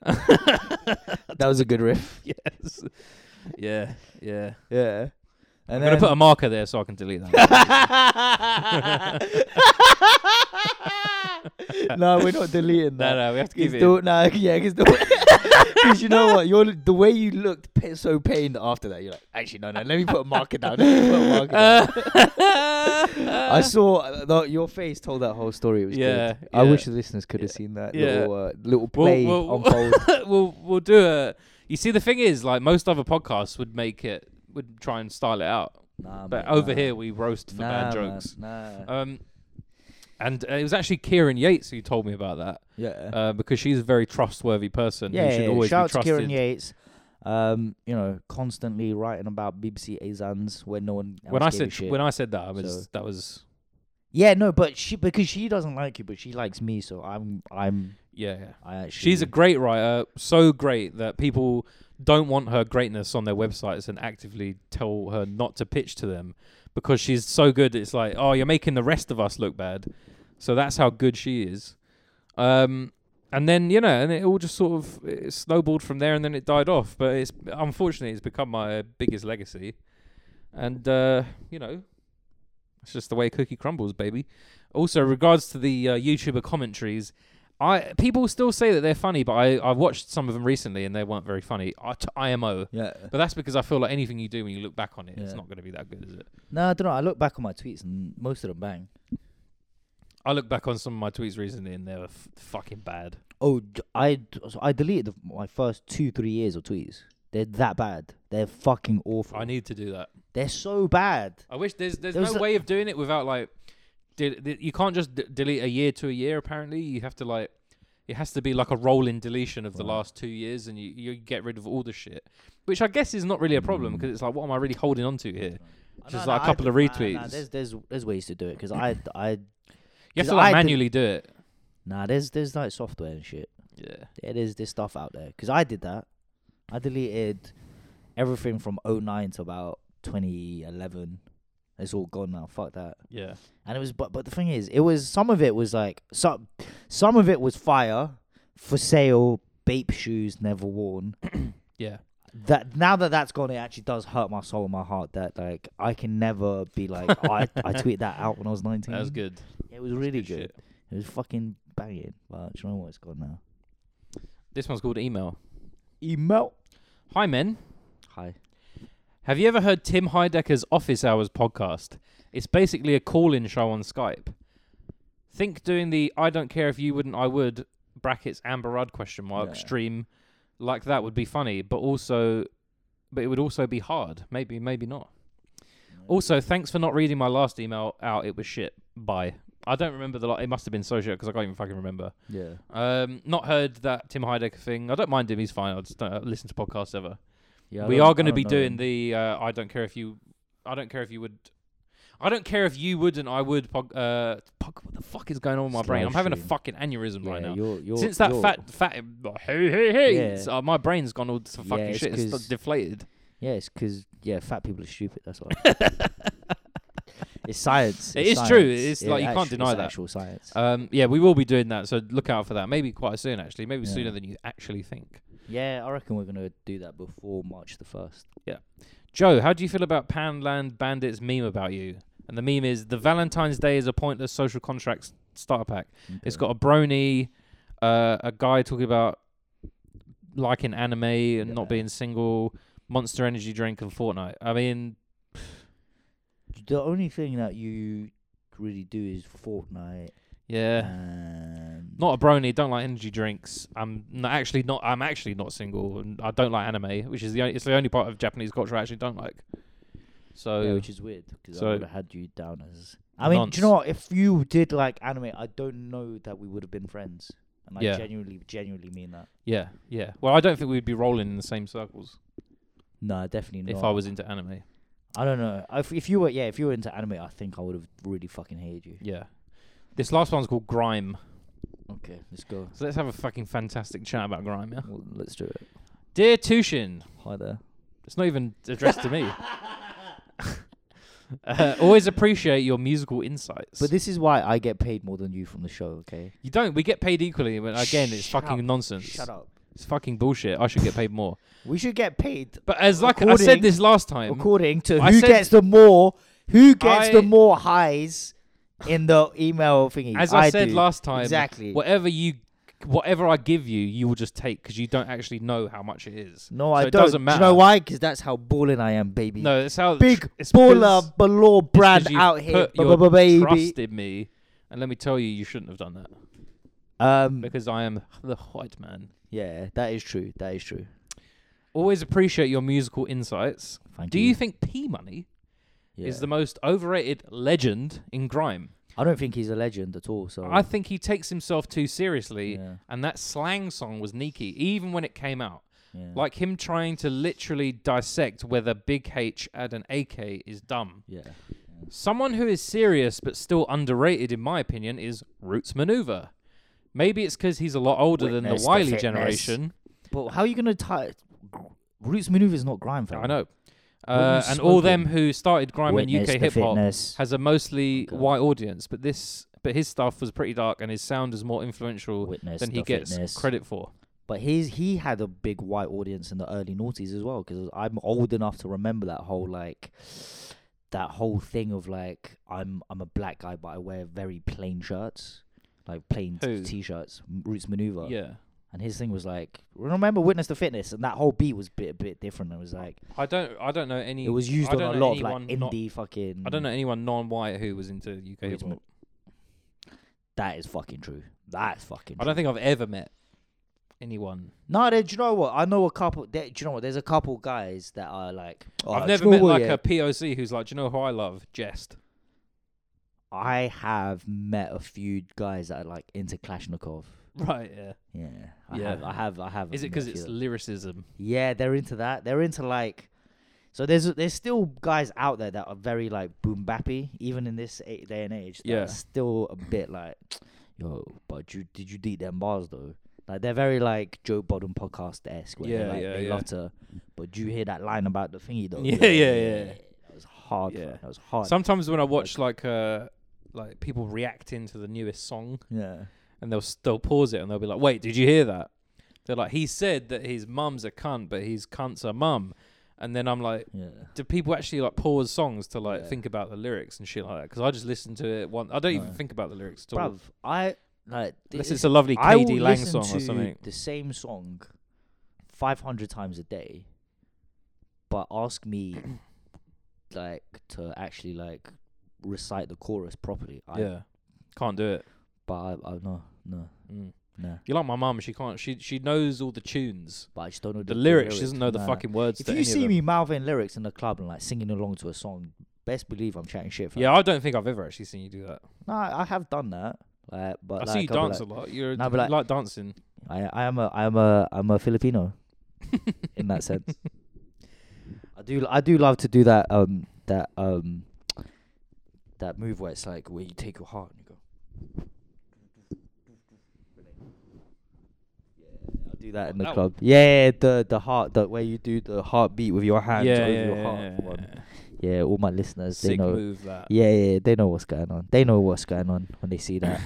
Speaker 2: that was a good riff.
Speaker 1: yes. Yeah, yeah.
Speaker 2: Yeah.
Speaker 1: I'm
Speaker 2: And
Speaker 1: gonna put a marker there so I can delete that.
Speaker 2: no, we're not
Speaker 1: no,
Speaker 2: deleting that.
Speaker 1: no, we have to
Speaker 2: Cause
Speaker 1: keep it.
Speaker 2: the- no, yeah, because you know what, you're the way you looked p- so pained after that. You're like, actually, no, no. Let me put a marker down. Let me put a marker down. I saw uh, the, your face told that whole story. It was
Speaker 1: Yeah,
Speaker 2: good. I
Speaker 1: yeah.
Speaker 2: wish the listeners could have seen that
Speaker 1: Yeah.
Speaker 2: little uh, little
Speaker 1: Well,
Speaker 2: play
Speaker 1: well,
Speaker 2: unfold.
Speaker 1: we'll we'll do a. You see, the thing is, like most other podcasts would make it would try and style it out.
Speaker 2: Nah,
Speaker 1: But
Speaker 2: mate,
Speaker 1: over
Speaker 2: nah.
Speaker 1: here, we roast for
Speaker 2: nah,
Speaker 1: bad
Speaker 2: man,
Speaker 1: jokes.
Speaker 2: Nah.
Speaker 1: Um, and uh, it was actually Kieran Yates who told me about that
Speaker 2: yeah.
Speaker 1: uh, because she's a very trustworthy person.
Speaker 2: yeah,
Speaker 1: who should
Speaker 2: yeah,
Speaker 1: always
Speaker 2: shout
Speaker 1: be
Speaker 2: out to
Speaker 1: trusted.
Speaker 2: Kieran Yates. Um, you know, constantly writing about BBC Azans when no one.
Speaker 1: When I
Speaker 2: else gave a
Speaker 1: said
Speaker 2: shit.
Speaker 1: when I said that, I was
Speaker 2: So-
Speaker 1: that was
Speaker 2: yeah, no, but she because she doesn't like you, but she likes me, so I'm I'm
Speaker 1: yeah. yeah.
Speaker 2: I actually.
Speaker 1: She's a great writer, so great that people don't want her greatness on their websites and actively tell her not to pitch to them because she's so good. It's like, oh, you're making the rest of us look bad. So that's how good she is. Um, and then you know, and it all just sort of it snowballed from there, and then it died off. But it's unfortunately, it's become my biggest legacy. And uh, you know, it's just the way cookie crumbles, baby. Also, regards to the uh, YouTuber commentaries, I people still say that they're funny, but I I watched some of them recently and they weren't very funny. I- t- IMO,
Speaker 2: yeah.
Speaker 1: but that's because I feel like anything you do when you look back on it, it's
Speaker 2: Yeah.
Speaker 1: not going to be that good, is it?
Speaker 2: No, I don't know. I look back on my tweets and most of them bang.
Speaker 1: I look back on some of my tweets recently and they were f- fucking bad.
Speaker 2: Oh, d- I d- so I deleted the, my first two three years of tweets. They're that bad. They're fucking awful.
Speaker 1: I need to do that.
Speaker 2: They're so bad.
Speaker 1: I wish there's there's
Speaker 2: There
Speaker 1: no
Speaker 2: was a-
Speaker 1: way of doing it without like, de- de- you can't just d- delete a year to a year. Apparently, you have to like, it has to be like a rolling deletion of the
Speaker 2: Right.
Speaker 1: last two years, and you you get rid of all the shit, which I guess is not really a
Speaker 2: Hmm.
Speaker 1: problem because it's like, what am I really holding on to here? Just like a couple of
Speaker 2: nah, Nah,
Speaker 1: retweets.
Speaker 2: there's there's there's ways to do it because I I
Speaker 1: You have
Speaker 2: 'Cause
Speaker 1: to like
Speaker 2: I did-
Speaker 1: manually do it.
Speaker 2: nah there's there's like software and shit.
Speaker 1: Yeah.
Speaker 2: Yeah, there's this stuff out there because I did that. I deleted everything from 09 to about 2011. It's all gone now. Fuck that.
Speaker 1: Yeah.
Speaker 2: And it was, but but the thing is, it was some of it was like some some of it was fire for sale, bape shoes never worn.
Speaker 1: Yeah.
Speaker 2: That now that that's gone, it actually does hurt my soul and my heart that like I can never be like "Oh, I I tweeted that out when I was nineteen.
Speaker 1: That was good.
Speaker 2: It was really
Speaker 1: Good
Speaker 2: good.
Speaker 1: shit.
Speaker 2: It was fucking banging. But do you know what? It's gone now.
Speaker 1: This one's called email.
Speaker 2: Email.
Speaker 1: Hi men,
Speaker 2: Hi.
Speaker 1: have you ever heard Tim Heidecker's Office Hours podcast? It's basically a call-in show on Skype. Think doing the "I don't care if you wouldn't, I would" brackets Amber Rudd question mark
Speaker 2: Yeah.
Speaker 1: stream like that would be funny, but also, but it would also be hard. Maybe, maybe not. Also, thanks for not reading my last email out. It was shit. Bye. I don't remember the. la it must have been so shit because I can't even fucking remember.
Speaker 2: Yeah.
Speaker 1: Um, not heard that Tim Heidecker thing. I don't mind him. He's fine. I just don't uh, listen to podcasts ever.
Speaker 2: Yeah. I
Speaker 1: we
Speaker 2: don't-
Speaker 1: are going to
Speaker 2: I don't
Speaker 1: be
Speaker 2: know
Speaker 1: doing the
Speaker 2: him.
Speaker 1: uh, I don't care if you I don't care if you would I don't care if you would and I would pog, uh pog, what the fuck is going on with my brain? I'm
Speaker 2: Live
Speaker 1: having a
Speaker 2: stream.
Speaker 1: fucking aneurysm
Speaker 2: yeah,
Speaker 1: right now.
Speaker 2: You're, you're,
Speaker 1: Since that
Speaker 2: you're,
Speaker 1: fat fat hey hey hey
Speaker 2: Yeah.
Speaker 1: it's, uh, my brain's gone all to
Speaker 2: Yeah,
Speaker 1: fucking
Speaker 2: it's
Speaker 1: shit. It's
Speaker 2: 'cause-
Speaker 1: deflated.
Speaker 2: Yeah, it's because yeah, fat people are stupid. That's why.
Speaker 1: it
Speaker 2: It's science.
Speaker 1: It
Speaker 2: it's
Speaker 1: is true, it
Speaker 2: science.
Speaker 1: is, like, you can't
Speaker 2: actu-
Speaker 1: deny
Speaker 2: it's
Speaker 1: that.
Speaker 2: Actual science.
Speaker 1: Um, yeah, we will be doing that, so look out for that. Maybe quite soon, actually. Maybe
Speaker 2: Yeah.
Speaker 1: sooner than you actually think.
Speaker 2: yeah, I reckon we're gonna do that before March the first.
Speaker 1: Joe, how do you feel about Panland Bandits meme about you? And the meme is the Valentine's Day is a pointless social contract s- starter pack. It's got a brony, uh, a guy talking about liking anime and
Speaker 2: Yeah.
Speaker 1: not being single, Monster Energy drink, and Fortnite. I mean,
Speaker 2: the only thing that you really do is Fortnite.
Speaker 1: yeah,
Speaker 2: And
Speaker 1: not a brony. Don't like energy drinks. I'm not actually not. I'm actually not single. And I don't like anime, which is the only, it's the only part of Japanese culture I actually don't like. So
Speaker 2: yeah, which is weird because
Speaker 1: so-
Speaker 2: I would have had you down as. I mean, do you know
Speaker 1: Nonce.
Speaker 2: what? If you did like anime, I don't know that we would have been friends, and I
Speaker 1: Yeah.
Speaker 2: genuinely, genuinely mean that.
Speaker 1: yeah, yeah. Well, I don't think we'd be rolling in the same circles
Speaker 2: No, definitely not.
Speaker 1: if I was into anime.
Speaker 2: I don't know. If if you were, yeah, if you were into anime, I think I would have really fucking hated you.
Speaker 1: Yeah. This last one's called Grime.
Speaker 2: Okay, let's go.
Speaker 1: So let's have a fucking fantastic chat about Grime, yeah?
Speaker 2: Well, let's do it.
Speaker 1: Dear Tushin,
Speaker 2: Hi there.
Speaker 1: it's not even addressed to me. Uh, always appreciate your musical insights.
Speaker 2: But this is why I get paid more than you from the show. Okay.
Speaker 1: you don't. We get paid equally, but again, it's
Speaker 2: Shut
Speaker 1: fucking
Speaker 2: up.
Speaker 1: nonsense.
Speaker 2: Shut up.
Speaker 1: It's fucking bullshit. I should get paid more.
Speaker 2: We should get paid
Speaker 1: But as like I said
Speaker 2: According-
Speaker 1: this last time,
Speaker 2: according to
Speaker 1: I
Speaker 2: who
Speaker 1: said-
Speaker 2: gets the more, who gets
Speaker 1: I-
Speaker 2: the more highs in the email thingy.
Speaker 1: as I, said
Speaker 2: do.
Speaker 1: last time,
Speaker 2: exactly.
Speaker 1: whatever you, whatever I give you, you will just take because you don't actually know how much it is.
Speaker 2: No,
Speaker 1: So
Speaker 2: I
Speaker 1: it
Speaker 2: don't.
Speaker 1: doesn't
Speaker 2: Do you know
Speaker 1: matter.
Speaker 2: why? Because that's how balling I am, baby.
Speaker 1: No, it's how
Speaker 2: Big
Speaker 1: it's 'cause-
Speaker 2: baller below
Speaker 1: it's 'cause
Speaker 2: brand
Speaker 1: you've
Speaker 2: out here,
Speaker 1: put your
Speaker 2: baby.
Speaker 1: Trust in me, and let me tell you, you shouldn't have done that
Speaker 2: Um,
Speaker 1: because I am the white man.
Speaker 2: yeah, that is true. That is true.
Speaker 1: Always appreciate your musical insights.
Speaker 2: Thank
Speaker 1: Do you think P Money is
Speaker 2: Yeah.
Speaker 1: the most overrated legend in grime.
Speaker 2: I don't think he's a legend at all. So
Speaker 1: I think he takes himself too seriously,
Speaker 2: Oh. Yeah,
Speaker 1: and that slang song was Niki, even when it came out.
Speaker 2: yeah.
Speaker 1: Like him trying to literally dissect whether Big H at an AK is dumb.
Speaker 2: yeah.
Speaker 1: Someone who is serious but still underrated, in my opinion, is Roots Maneuver. Maybe it's because he's a lot older than
Speaker 2: Witness
Speaker 1: the
Speaker 2: the
Speaker 1: Wiley
Speaker 2: fitness.
Speaker 1: generation.
Speaker 2: But how are you gonna tie? Roots maneuver is not grime, fam.
Speaker 1: I know.
Speaker 2: What are you
Speaker 1: Uh, and all them
Speaker 2: smoking?
Speaker 1: who started grime and
Speaker 2: Witness
Speaker 1: UK
Speaker 2: the
Speaker 1: hip hop
Speaker 2: fitness.
Speaker 1: has a mostly
Speaker 2: Okay.
Speaker 1: white audience, but this, but his stuff was pretty dark, and his sound is more influential
Speaker 2: Witness
Speaker 1: than he
Speaker 2: the
Speaker 1: gets
Speaker 2: fitness.
Speaker 1: credit for.
Speaker 2: But his he had a big white audience in the early noughties as well, because I'm old enough to remember that whole like that whole thing of like I'm I'm a black guy, but I wear very plain shirts, like plain t-
Speaker 1: Who?
Speaker 2: t-shirts. Roots maneuver.
Speaker 1: Yeah,
Speaker 2: And his thing was like, remember Witness the Fitness, and that whole beat was bit a bit different. It was like
Speaker 1: I don't, I don't know any.
Speaker 2: it was used
Speaker 1: I
Speaker 2: on
Speaker 1: don't
Speaker 2: a
Speaker 1: know
Speaker 2: lot of like
Speaker 1: anyone not-
Speaker 2: indie fucking.
Speaker 1: I don't know anyone non-white who was into UK hip
Speaker 2: Roots
Speaker 1: hop.
Speaker 2: That is fucking true. That's fucking.
Speaker 1: I
Speaker 2: true.
Speaker 1: don't think I've ever met anyone.
Speaker 2: No, they, do you know what? I know a couple. They, do you know what? There's a couple guys that are like. oh,
Speaker 1: I've
Speaker 2: do
Speaker 1: never
Speaker 2: you know
Speaker 1: met like
Speaker 2: what, yeah?
Speaker 1: a POC who's like, do you know who I love? Jest.
Speaker 2: I have met a few guys that are like into Kalashnikov.
Speaker 1: Right. Yeah.
Speaker 2: Yeah, I
Speaker 1: Yeah.
Speaker 2: have. I have. I have.
Speaker 1: Is it
Speaker 2: met a
Speaker 1: because
Speaker 2: few
Speaker 1: it's
Speaker 2: of them.
Speaker 1: lyricism?
Speaker 2: yeah, they're into that. They're into like. So there's there's still guys out there that are very like boom bappy, even in this a- day and age. that are
Speaker 1: Yeah.
Speaker 2: still a bit like, yo, but you did you delete them bars though? Like they're very like Joe Budden podcast esque. where they're
Speaker 1: Yeah,
Speaker 2: like,
Speaker 1: yeah,
Speaker 2: they
Speaker 1: yeah.
Speaker 2: love to. But do you hear that line about the thingy though?
Speaker 1: Yeah, yeah, yeah.
Speaker 2: That was hard.
Speaker 1: Yeah.
Speaker 2: Yeah. That was hard.
Speaker 1: Sometimes when I watch like uh, like people reacting to the newest song,
Speaker 2: yeah.
Speaker 1: and they'll they'll pause it and they'll be like, "Wait, did you hear that?" They're like, "He said that his mum's a cunt, but his cunt's a mum," and then I'm like,
Speaker 2: Yeah.
Speaker 1: "Do people actually like pause songs to like
Speaker 2: Yeah.
Speaker 1: think about the lyrics and shit like that?" Because I just listen to it one. I don't even
Speaker 2: No.
Speaker 1: think about the lyrics at all.
Speaker 2: Bruv, I like
Speaker 1: Unless
Speaker 2: this
Speaker 1: it's a lovely
Speaker 2: I will
Speaker 1: KD Lang
Speaker 2: listen
Speaker 1: song or
Speaker 2: to
Speaker 1: something.
Speaker 2: The same song five hundred times a day, but ask me like to actually like recite the chorus properly. I,
Speaker 1: yeah, can't do it.
Speaker 2: But I, I no no
Speaker 1: Mm.
Speaker 2: no.
Speaker 1: You're like my mum. She can't. She she knows all the tunes.
Speaker 2: But I just don't know
Speaker 1: The lyrics, she doesn't know the
Speaker 2: nah.
Speaker 1: fucking words.
Speaker 2: If
Speaker 1: to
Speaker 2: you
Speaker 1: any
Speaker 2: see
Speaker 1: of them.
Speaker 2: me mouthing lyrics in the club and like singing along to a song, best believe I'm chatting shit. fam.
Speaker 1: yeah, I don't think I've ever actually seen you do that.
Speaker 2: No, I have done that. Like, but
Speaker 1: I
Speaker 2: like,
Speaker 1: see you
Speaker 2: I'll be
Speaker 1: dance
Speaker 2: like-
Speaker 1: a lot. You're
Speaker 2: Nah,
Speaker 1: you
Speaker 2: but
Speaker 1: like,
Speaker 2: like-
Speaker 1: dancing.
Speaker 2: I, I am a I am a I'm a Filipino in that sense. I do I do love to do that um that um that move where it's like where you take your heart and you go. Yeah, I do that in the
Speaker 1: Oh, That one.
Speaker 2: club. Yeah, the the heart the where you do the heartbeat with your hands
Speaker 1: yeah,
Speaker 2: over
Speaker 1: yeah,
Speaker 2: your
Speaker 1: yeah,
Speaker 2: heart.
Speaker 1: yeah,
Speaker 2: one.
Speaker 1: yeah.
Speaker 2: yeah, all my listeners they
Speaker 1: Sick
Speaker 2: know.
Speaker 1: move that.
Speaker 2: Yeah, yeah, they know what's going on. They know what's going on when they see that.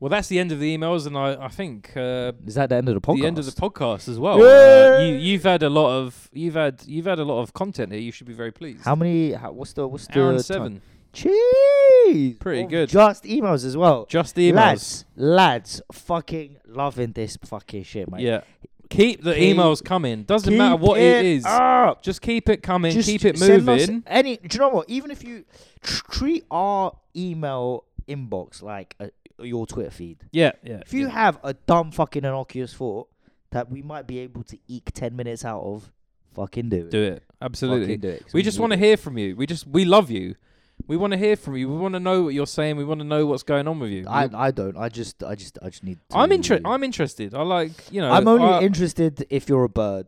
Speaker 1: Well, that's the end of the emails, and I, I think uh,
Speaker 2: Is that the end of the podcast?
Speaker 1: the end of the podcast as well. Uh, you,
Speaker 2: Yay!
Speaker 1: you've had a lot of you've had you've had a lot of content here. You should be very pleased.
Speaker 2: How many? How, what's the what's
Speaker 1: Hour and
Speaker 2: the
Speaker 1: seven,
Speaker 2: time? Jeez.
Speaker 1: Pretty
Speaker 2: Well,
Speaker 1: good.
Speaker 2: Just emails as well.
Speaker 1: just the emails.
Speaker 2: Lads, lads, fucking loving this fucking shit, mate.
Speaker 1: yeah, keep the
Speaker 2: Keep-
Speaker 1: emails coming. Doesn't
Speaker 2: Keep
Speaker 1: matter what it is.
Speaker 2: up.
Speaker 1: Just keep it coming.
Speaker 2: Just
Speaker 1: keep it
Speaker 2: send us
Speaker 1: moving.
Speaker 2: Any, do you know what? Even if you tr- treat our email inbox like a, your Twitter feed,
Speaker 1: Yeah, yeah.
Speaker 2: if you
Speaker 1: yeah.
Speaker 2: have a dumb fucking innocuous thought that we might be able to eke ten minutes out of, fucking do it.
Speaker 1: do it absolutely.
Speaker 2: Fucking do it. 'cause
Speaker 1: We just
Speaker 2: need
Speaker 1: want to
Speaker 2: it.
Speaker 1: hear from you. We just we love you. We want to hear from you. We want to know what you're saying. We want to know what's going on with you.
Speaker 2: I,
Speaker 1: We-
Speaker 2: I don't. I just I just I just need. To
Speaker 1: I'm interested. I'm interested. I like you know.
Speaker 2: I'm only
Speaker 1: I-
Speaker 2: interested if you're a bird.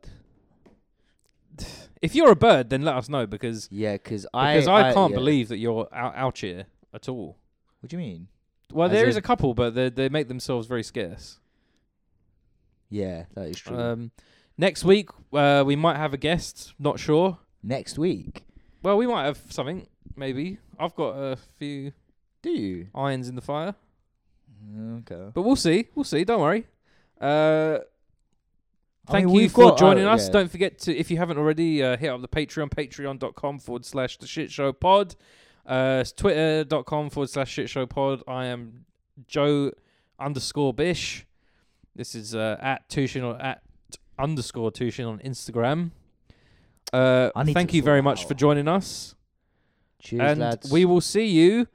Speaker 1: if you're a bird, then let us know because
Speaker 2: Yeah, because I
Speaker 1: Because I, can't
Speaker 2: yeah.
Speaker 1: believe that you're out, out here at all.
Speaker 2: What do you mean?
Speaker 1: Well,
Speaker 2: As
Speaker 1: there is
Speaker 2: in-
Speaker 1: a couple, but they they make themselves very scarce.
Speaker 2: Yeah, that is true.
Speaker 1: Um, next week uh, we might have a guest. Not sure.
Speaker 2: Next week,
Speaker 1: Well, we might have something. Maybe I've got a few
Speaker 2: do you?
Speaker 1: irons in the fire,
Speaker 2: Okay.
Speaker 1: but we'll see. We'll see. Don't worry. Uh,
Speaker 2: I
Speaker 1: thank
Speaker 2: mean,
Speaker 1: you
Speaker 2: we've
Speaker 1: for
Speaker 2: got-
Speaker 1: joining
Speaker 2: oh,
Speaker 1: us.
Speaker 2: yeah.
Speaker 1: Don't forget to, if you haven't already, uh, hit up the Patreon, patreon.com forward slash the shit show pod, uh, it's twitter.com forward slash shit show pod. I am Joe underscore Bish. This is uh, at Tushin or at underscore Tushin on Instagram. Uh,
Speaker 2: I need
Speaker 1: thank
Speaker 2: to
Speaker 1: you
Speaker 2: sort
Speaker 1: very
Speaker 2: that
Speaker 1: much
Speaker 2: out.
Speaker 1: for joining us,
Speaker 2: Cheers,
Speaker 1: and
Speaker 2: lads.
Speaker 1: we will see you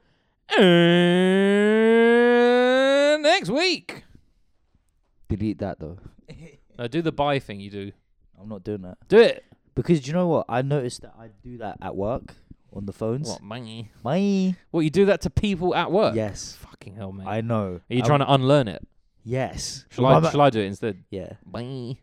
Speaker 1: uh, next week.
Speaker 2: delete that though.
Speaker 1: Now do the bye thing you do.
Speaker 2: I'm not doing that
Speaker 1: Do it.
Speaker 2: because do you know what? I noticed that I do that at work on the phones.
Speaker 1: What, mangy?
Speaker 2: My
Speaker 1: What, you do that to people at work?
Speaker 2: yes,
Speaker 1: Fucking hell, mate.
Speaker 2: I know.
Speaker 1: Are you trying to unlearn it?
Speaker 2: Yes.
Speaker 1: Shall
Speaker 2: Well,
Speaker 1: I,
Speaker 2: I'm-
Speaker 1: shall I do it instead?
Speaker 2: yeah.
Speaker 1: Bye.